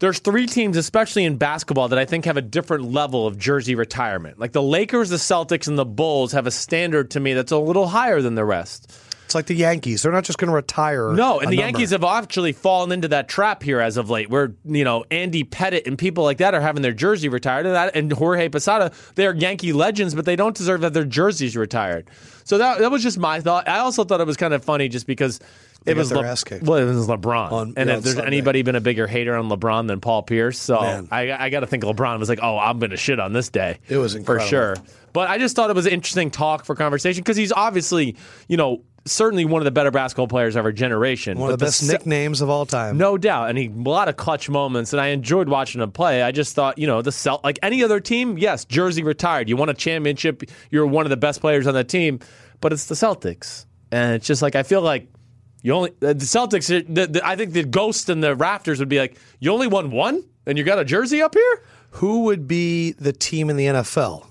[SPEAKER 2] there's three teams, especially in basketball, that I think have a different level of jersey retirement. Like the Lakers, the Celtics, and the Bulls have a standard to me that's a little higher than the rest.
[SPEAKER 1] It's like the Yankees. They're not just going to retire.
[SPEAKER 2] No,
[SPEAKER 1] a
[SPEAKER 2] and the
[SPEAKER 1] number.
[SPEAKER 2] Yankees have actually fallen into that trap here as of late, where you know Andy Pettit and people like that are having their jersey retired, and, that, and Jorge Posada, they are Yankee legends, but they don't deserve that their jerseys retired. So that that was just my thought. I also thought it was kind of funny just because it
[SPEAKER 1] got
[SPEAKER 2] was,
[SPEAKER 1] their ass kicked.
[SPEAKER 2] well, it was LeBron,
[SPEAKER 1] On-
[SPEAKER 2] and
[SPEAKER 1] yeah,
[SPEAKER 2] if
[SPEAKER 1] on
[SPEAKER 2] there's
[SPEAKER 1] Sunday.
[SPEAKER 2] anybody been a bigger hater on LeBron than Paul Pierce, so
[SPEAKER 1] Man.
[SPEAKER 2] I, I got to think LeBron was like, oh, I'm gonna shit on this day.
[SPEAKER 1] It was incredible.
[SPEAKER 2] for sure. But I just thought it was an interesting talk for conversation because he's obviously, you know, certainly one of the better basketball players of our generation.
[SPEAKER 1] One of
[SPEAKER 2] But
[SPEAKER 1] the best
[SPEAKER 2] se-
[SPEAKER 1] nicknames of all time.
[SPEAKER 2] No doubt. And he, a lot of clutch moments, and I enjoyed watching him play. I just thought, you know, the Celt, like any other team, yes, jersey retired. You won a championship, you're one of the best players on that team, but it's the Celtics. And it's just like, I feel like. You only uh, the Celtics. are- The, the, I think the ghost and the rafters would be like, you only won one, and you got a jersey up here.
[SPEAKER 1] Who would be the team in the NFL?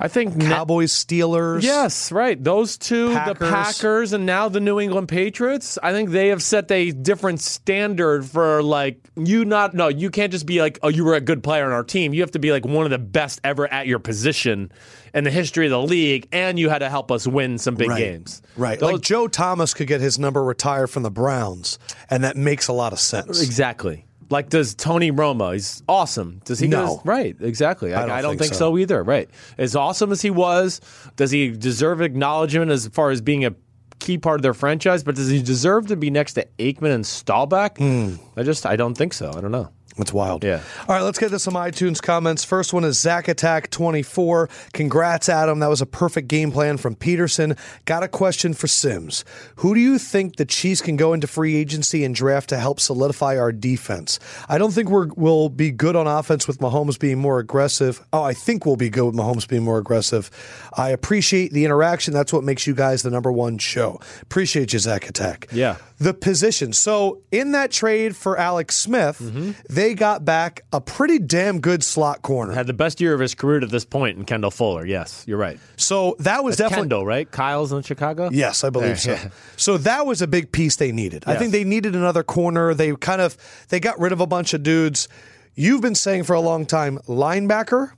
[SPEAKER 2] I think now-
[SPEAKER 1] Cowboys, Steelers.
[SPEAKER 2] Yes, right. Those two, the
[SPEAKER 1] Packers.
[SPEAKER 2] Packers and now the New England Patriots, I think they have set a different standard for like you not no, you can't just be like, oh, you were a good player on our team. You have to be like one of the best ever at your position in the history of the league, and you had to help us win some big
[SPEAKER 1] Right.
[SPEAKER 2] games.
[SPEAKER 1] Right.
[SPEAKER 2] Those-
[SPEAKER 1] like Joe Thomas could get his number retired from the Browns, and that makes a lot of sense.
[SPEAKER 2] exactly. Like does Tony Romo? He's awesome. Does he? get
[SPEAKER 1] No.
[SPEAKER 2] his- right. Exactly. I, I don't, think,
[SPEAKER 1] so.
[SPEAKER 2] so either. Right. As awesome as he was, does he deserve acknowledgement as far as being a key part of their franchise? But does he deserve to be next to Aikman and Stallback?
[SPEAKER 1] Hmm.
[SPEAKER 2] I just I don't think so. I don't know.
[SPEAKER 1] That's wild.
[SPEAKER 2] Yeah.
[SPEAKER 1] All right, let's get to some iTunes comments. First one is Zach Attack 24. Congrats, Adam. That was a perfect game plan from Peterson. Got a question for Sims. Who do you think the Chiefs can go into free agency and draft to help solidify our defense? I don't think we're, we'll be good on offense with Mahomes being more aggressive. Oh, I think we'll be good with Mahomes being more aggressive. I appreciate the interaction. That's what makes you guys the number one show. Appreciate you, Zach Attack
[SPEAKER 2] Yeah.
[SPEAKER 1] the position. So in that trade for Alex Smith,
[SPEAKER 2] Mm-hmm.
[SPEAKER 1] they got back a pretty damn good slot corner.
[SPEAKER 2] Had the best year of his career to this point in Kendall Fuller. Yes, you're right.
[SPEAKER 1] So that was definitely
[SPEAKER 2] Kendall, right? Kyle's in Chicago.
[SPEAKER 1] Yes, I believe so. So that was a big piece they needed. I
[SPEAKER 2] Yes.
[SPEAKER 1] think they needed another corner. They kind of they got rid of a bunch of dudes. You've been saying for a long time linebacker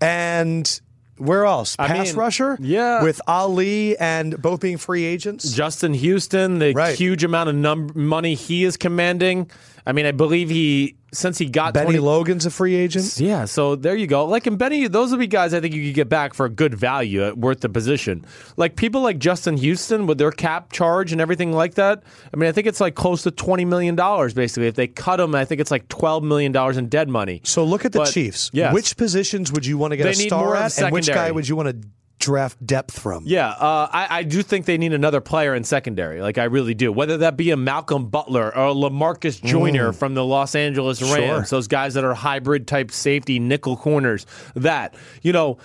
[SPEAKER 1] and where else?
[SPEAKER 2] I
[SPEAKER 1] Pass
[SPEAKER 2] mean,
[SPEAKER 1] rusher?
[SPEAKER 2] yeah.
[SPEAKER 1] With Ali and both being free agents?
[SPEAKER 2] Justin Houston, the
[SPEAKER 1] Right.
[SPEAKER 2] huge amount of num- money he is commanding. I mean, I believe he since he got
[SPEAKER 1] Benny
[SPEAKER 2] 20
[SPEAKER 1] Logan's a free agent.
[SPEAKER 2] Yeah, so there you go. Like, and Benny, those would be guys I think you could get back for a good value, uh, worth the position. Like people like Justin Houston with their cap charge and everything like that. I mean, I think it's like close to twenty million dollars basically. If they cut him, I think it's like twelve million dollars in dead money.
[SPEAKER 1] So look at the
[SPEAKER 2] But,
[SPEAKER 1] Chiefs.
[SPEAKER 2] yes.
[SPEAKER 1] Which positions would you want to get
[SPEAKER 2] They
[SPEAKER 1] a
[SPEAKER 2] need
[SPEAKER 1] star
[SPEAKER 2] more of
[SPEAKER 1] at, and which
[SPEAKER 2] secondary.
[SPEAKER 1] guy would you want to draft depth from?
[SPEAKER 2] Yeah, uh, I, I do think they need another player in secondary. Like I really do. Whether that be a Malcolm Butler or a LaMarcus
[SPEAKER 1] Mm.
[SPEAKER 2] Joyner from the Los Angeles Rams, those guys that are hybrid type safety nickel corners. That you know,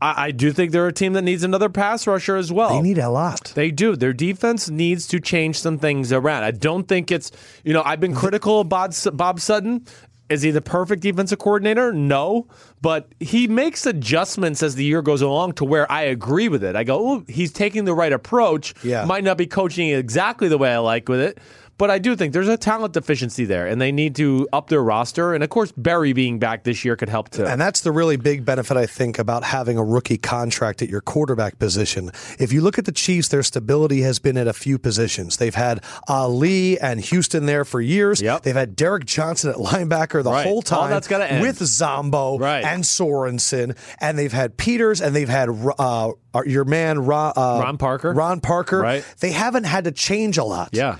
[SPEAKER 2] I, I do think they're a team that needs another pass rusher as well.
[SPEAKER 1] They need a lot.
[SPEAKER 2] They do. Their defense needs to change some things around. I don't think it's, you know, I've
[SPEAKER 1] Mm-hmm.
[SPEAKER 2] been critical of Bob, Bob Sutton. Is he the perfect defensive coordinator? No, but he makes adjustments as the year goes along to where I agree with it. I go, oh, he's taking the right approach.
[SPEAKER 1] Yeah.
[SPEAKER 2] Might not be coaching it exactly the way I like with it, but I do think there's a talent deficiency there, and they need to up their roster. And of course, Barry being back this year could help too.
[SPEAKER 1] And that's the really big benefit, I think, about having a rookie contract at your quarterback position. If you look at the Chiefs, their stability has been at a few positions. They've had Ali and Houston there for years.
[SPEAKER 2] Yep.
[SPEAKER 1] They've had Derek Johnson at linebacker the
[SPEAKER 2] Right.
[SPEAKER 1] whole time
[SPEAKER 2] All that's gotta end.
[SPEAKER 1] with Zombo
[SPEAKER 2] Right.
[SPEAKER 1] and Sorensen. And they've had Peters and they've had uh, your man, Ron, uh,
[SPEAKER 2] Ron Parker.
[SPEAKER 1] Ron Parker.
[SPEAKER 2] Right.
[SPEAKER 1] They haven't had to change a lot.
[SPEAKER 2] Yeah.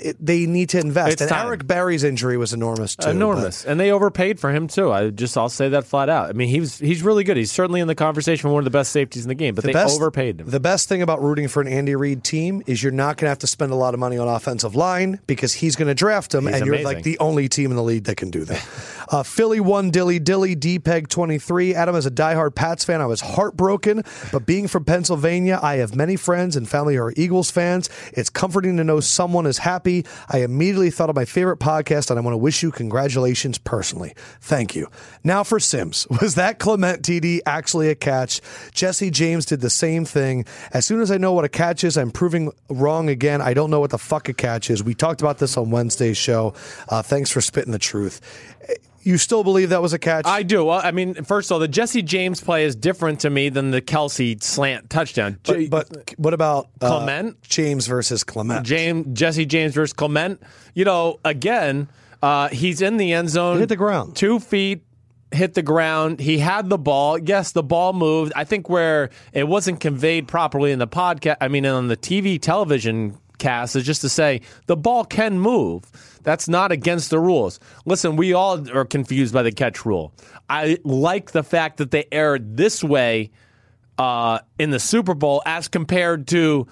[SPEAKER 1] It- they need to invest.
[SPEAKER 2] It's
[SPEAKER 1] and
[SPEAKER 2] time.
[SPEAKER 1] Eric Berry's injury was enormous, too. but-
[SPEAKER 2] enormous, and they overpaid for him too. I just I'll say that flat out. I mean, he was he's really good. He's certainly in the conversation for one of the best safeties in the game, but they overpaid him.
[SPEAKER 1] The best thing about rooting for an Andy Reid team is you're not going to have to spend a lot of money on offensive line because he's going to draft him, and you're like
[SPEAKER 2] amazing.
[SPEAKER 1] the only team in the league that can do that. uh, Philly one, Dilly Dilly, DPEG twenty three. Adam is a diehard Pats fan. I was heartbroken, but being from Pennsylvania, I have many friends and family who are Eagles fans. It's comforting to know someone is happy. I immediately thought of my favorite podcast, and I want to wish you congratulations personally. Thank you. Now for Sims, was that Clement TD actually a catch? Jesse James did the same thing. As soon as I know what a catch is, I'm proving wrong again. I don't know what the fuck a catch is. We talked about this on Wednesday's show. Uh, thanks for spitting the truth. You still believe that was a catch?
[SPEAKER 2] I do. Well, I mean, first of all, the Jesse James play is different to me than the Kelsey slant touchdown. J-
[SPEAKER 1] but, but what about uh,
[SPEAKER 2] Clement?
[SPEAKER 1] James versus Clement?
[SPEAKER 2] James Jesse James versus Clement. You know, again, uh, he's in the end zone.
[SPEAKER 1] He hit the ground.
[SPEAKER 2] Two feet hit the ground. He had the ball. Yes, the ball moved. I think where it wasn't conveyed properly in the podcast, I mean, on the TV television cast, is just to say the ball can move. That's not against the rules. Listen, we all are confused by the catch rule. I like the fact that they erred this way uh, in the Super Bowl as compared to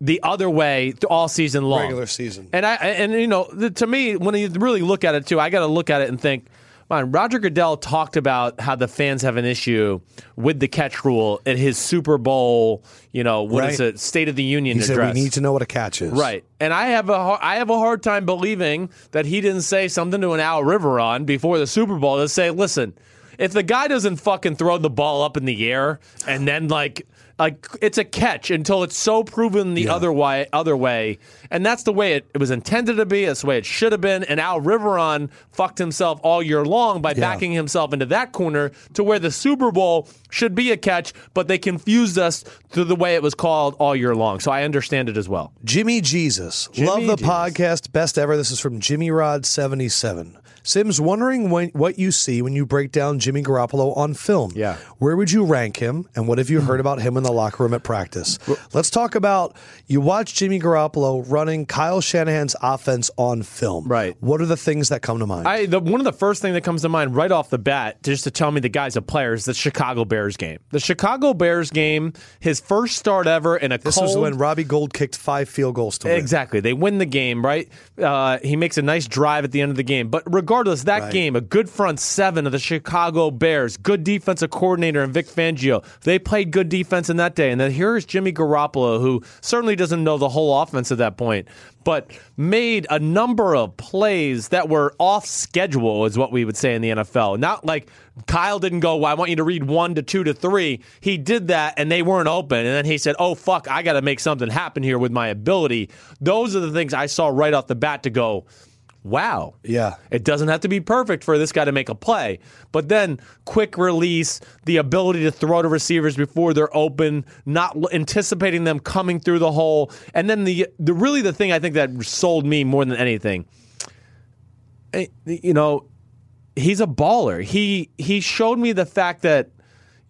[SPEAKER 2] the other way th- all season long.
[SPEAKER 1] Regular season.
[SPEAKER 2] And I and you know the, to me when you really look at it too, I got to look at it and think. Man, Roger Goodell talked about how the fans have an issue with the catch rule at his Super Bowl, you know, what is
[SPEAKER 1] Right.
[SPEAKER 2] it, State of the Union
[SPEAKER 1] He said
[SPEAKER 2] address.
[SPEAKER 1] we need to know what a catch is.
[SPEAKER 2] Right, and I have a har- I have a hard time believing that he didn't say something to an Al Riveron before the Super Bowl to say, listen, if the guy doesn't fucking throw the ball up in the air and then like like it's a catch until it's so proven the other way other way, and that's the way it, it was intended to be. That's the way it should have been. And Al Riveron fucked himself all year long by backing himself into that corner to where the Super Bowl should be a catch, but they confused us to the way it was called all year long. So I understand it as well.
[SPEAKER 1] Jimmy Jesus. Love the podcast. Best ever. This is from Jimmy Rod 77. Sims wondering when, what you see when you break down Jimmy Garoppolo on film.
[SPEAKER 2] Yeah.
[SPEAKER 1] Where would you rank him and what have you heard about him in the locker room at practice? Let's talk about you watch Jimmy Garoppolo running Kyle Shanahan's offense on film.
[SPEAKER 2] Right.
[SPEAKER 1] What are the things that come to mind?
[SPEAKER 2] I the, one of the first thing that comes to mind right off the bat, just to tell me the guy's a player, is the Chicago Bears game. The Chicago Bears game, his first start ever in a
[SPEAKER 1] this
[SPEAKER 2] cold.
[SPEAKER 1] was when Robbie Gold kicked five field goals to win.
[SPEAKER 2] Exactly. They win the game, right? Uh, he makes a nice drive at the end of the game. But regardless, that game, a good front seven of the Chicago Bears, good defensive coordinator and Vic Fangio. They played good defense in that day. And then here is Jimmy Garoppolo, who certainly doesn't know the whole offense at that point, but made a number of plays that were off schedule, is what we would say in the NFL. Not like Kyle didn't go, well, I want you to read one to two to three. He did that and they weren't open. And then he said, oh, fuck, I got to make something happen here with my ability. Those are the things I saw right off the bat to go, wow.
[SPEAKER 1] Yeah.
[SPEAKER 2] It doesn't have to be perfect for this guy to make a play. But then quick release, the ability to throw to receivers before they're open, not l- anticipating them coming through the hole. And then the, the really the thing I think that sold me more than anything, eh, you know, he's a baller. He he showed me the fact that,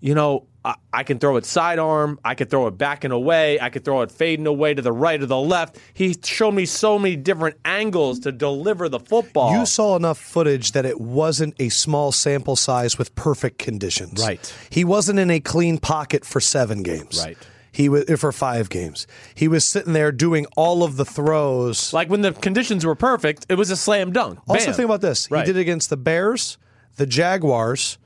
[SPEAKER 2] you know, I, I can throw it sidearm, I could throw it back and away, I could throw it fading away to the right or the left. He showed me so many different angles to deliver the football.
[SPEAKER 1] You saw enough footage that it wasn't a small sample size with perfect conditions.
[SPEAKER 2] Right.
[SPEAKER 1] He wasn't in a clean pocket for seven games.
[SPEAKER 2] Right.
[SPEAKER 1] He was for five games. He was sitting there doing all of the throws.
[SPEAKER 2] like when the conditions were perfect, it was a slam dunk.
[SPEAKER 1] also,
[SPEAKER 2] Bam.
[SPEAKER 1] think about this.
[SPEAKER 2] Right.
[SPEAKER 1] He did it against the Bears, the Jaguars.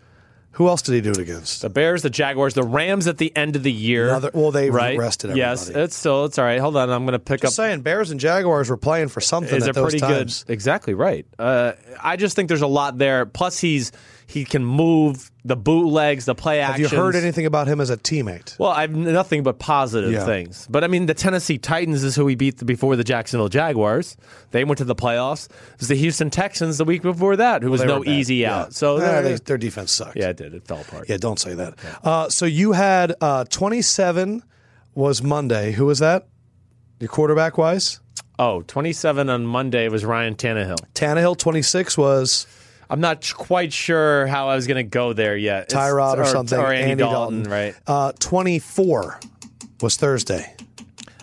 [SPEAKER 1] Who else did he do it against?
[SPEAKER 2] the Bears, the Jaguars, the Rams at the end of the year.
[SPEAKER 1] Another- well, they
[SPEAKER 2] right?
[SPEAKER 1] rested
[SPEAKER 2] Yes,
[SPEAKER 1] everybody.
[SPEAKER 2] it's still it's all right. Hold on, I'm going to pick
[SPEAKER 1] Just
[SPEAKER 2] up.
[SPEAKER 1] saying, Bears and Jaguars were playing for something.
[SPEAKER 2] is
[SPEAKER 1] at those
[SPEAKER 2] a pretty
[SPEAKER 1] times.
[SPEAKER 2] good. Exactly right. Uh, I just think there's a lot there. Plus, he's he can move the bootlegs, the play
[SPEAKER 1] Have
[SPEAKER 2] actions.
[SPEAKER 1] you heard anything about him as a teammate?
[SPEAKER 2] Well, I've nothing but positive
[SPEAKER 1] Yeah.
[SPEAKER 2] things. But I mean, the Tennessee Titans is who he beat before the Jacksonville Jaguars. They went to the playoffs. It was the Houston Texans the week before that, who was
[SPEAKER 1] They
[SPEAKER 2] no
[SPEAKER 1] were bad.
[SPEAKER 2] easy
[SPEAKER 1] Yeah.
[SPEAKER 2] out. So
[SPEAKER 1] Nah,
[SPEAKER 2] there-
[SPEAKER 1] they- their defense sucked.
[SPEAKER 2] yeah, it did. It fell apart.
[SPEAKER 1] Yeah, don't say that. Uh, so you had uh, 27 was Monday. Who was that? Your quarterback wise?
[SPEAKER 2] Oh, 27 on Monday was Ryan Tannehill.
[SPEAKER 1] Tannehill, 26 was
[SPEAKER 2] I'm not ch- quite sure how I was going to go there yet. It's-
[SPEAKER 1] Tyrod or, something.
[SPEAKER 2] Or Andy, Dalton, right?
[SPEAKER 1] Uh, 24 was Thursday.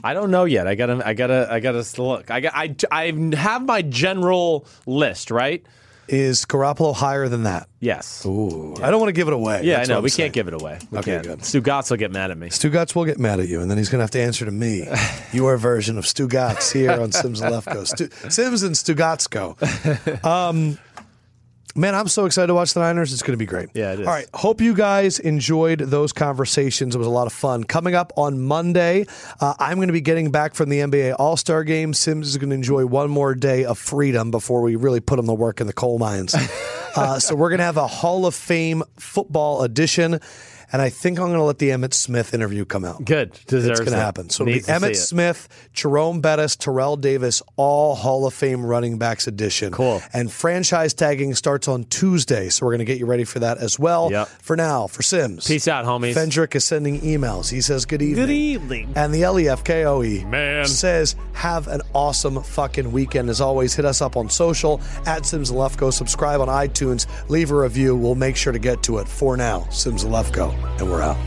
[SPEAKER 2] I don't know yet. I gotta, I gotta, I gotta s- look. I, got, I, I have my general list, right?
[SPEAKER 1] Is Garoppolo higher than that?
[SPEAKER 2] Yes.
[SPEAKER 1] Ooh. I don't want to give it away.
[SPEAKER 2] yeah, I know. We can't give it away. We
[SPEAKER 1] Okay,
[SPEAKER 2] can't.
[SPEAKER 1] good.
[SPEAKER 2] Stugatz will get mad at me.
[SPEAKER 1] Stugatz will get mad at you, and then he's going to have to answer to me. Your version of Stugatz here on Sims and Lefko. Stu- Sims and Stugatz go. Um, man, I'm so excited to watch the Niners. It's going to be great.
[SPEAKER 2] Yeah, it is.
[SPEAKER 1] All right. Hope you guys enjoyed those conversations. It was a lot of fun. Coming up on Monday, uh, I'm going to be getting back from the NBA All Star game. Sims is going to enjoy one more day of freedom before we really put him to work in the coal mines. uh, so we're going to have a Hall of Fame football edition. And I think I'm going to let the Emmett Smith interview come out.
[SPEAKER 2] Good.
[SPEAKER 1] It's
[SPEAKER 2] Deserves
[SPEAKER 1] going to
[SPEAKER 2] it.
[SPEAKER 1] happen. So it'll be
[SPEAKER 2] Needs to see
[SPEAKER 1] Emmett
[SPEAKER 2] it.
[SPEAKER 1] Smith, Jerome Bettis, Terrell Davis, all Hall of Fame running backs edition.
[SPEAKER 2] Cool.
[SPEAKER 1] And franchise tagging starts on Tuesday, so we're going to get you ready for that as well.
[SPEAKER 2] Yep.
[SPEAKER 1] For now, for Sims.
[SPEAKER 2] Peace out, homies.
[SPEAKER 1] Fendrick is sending emails. He says, Good evening.
[SPEAKER 2] Good evening.
[SPEAKER 1] And the E LEFKOE
[SPEAKER 12] Man.
[SPEAKER 1] says, Have an awesome fucking weekend. As always, hit us up on social at Sims and Lefko. Subscribe on iTunes. Leave a review. We'll make sure to get to it. For now, Sims and Lefko, and we're out.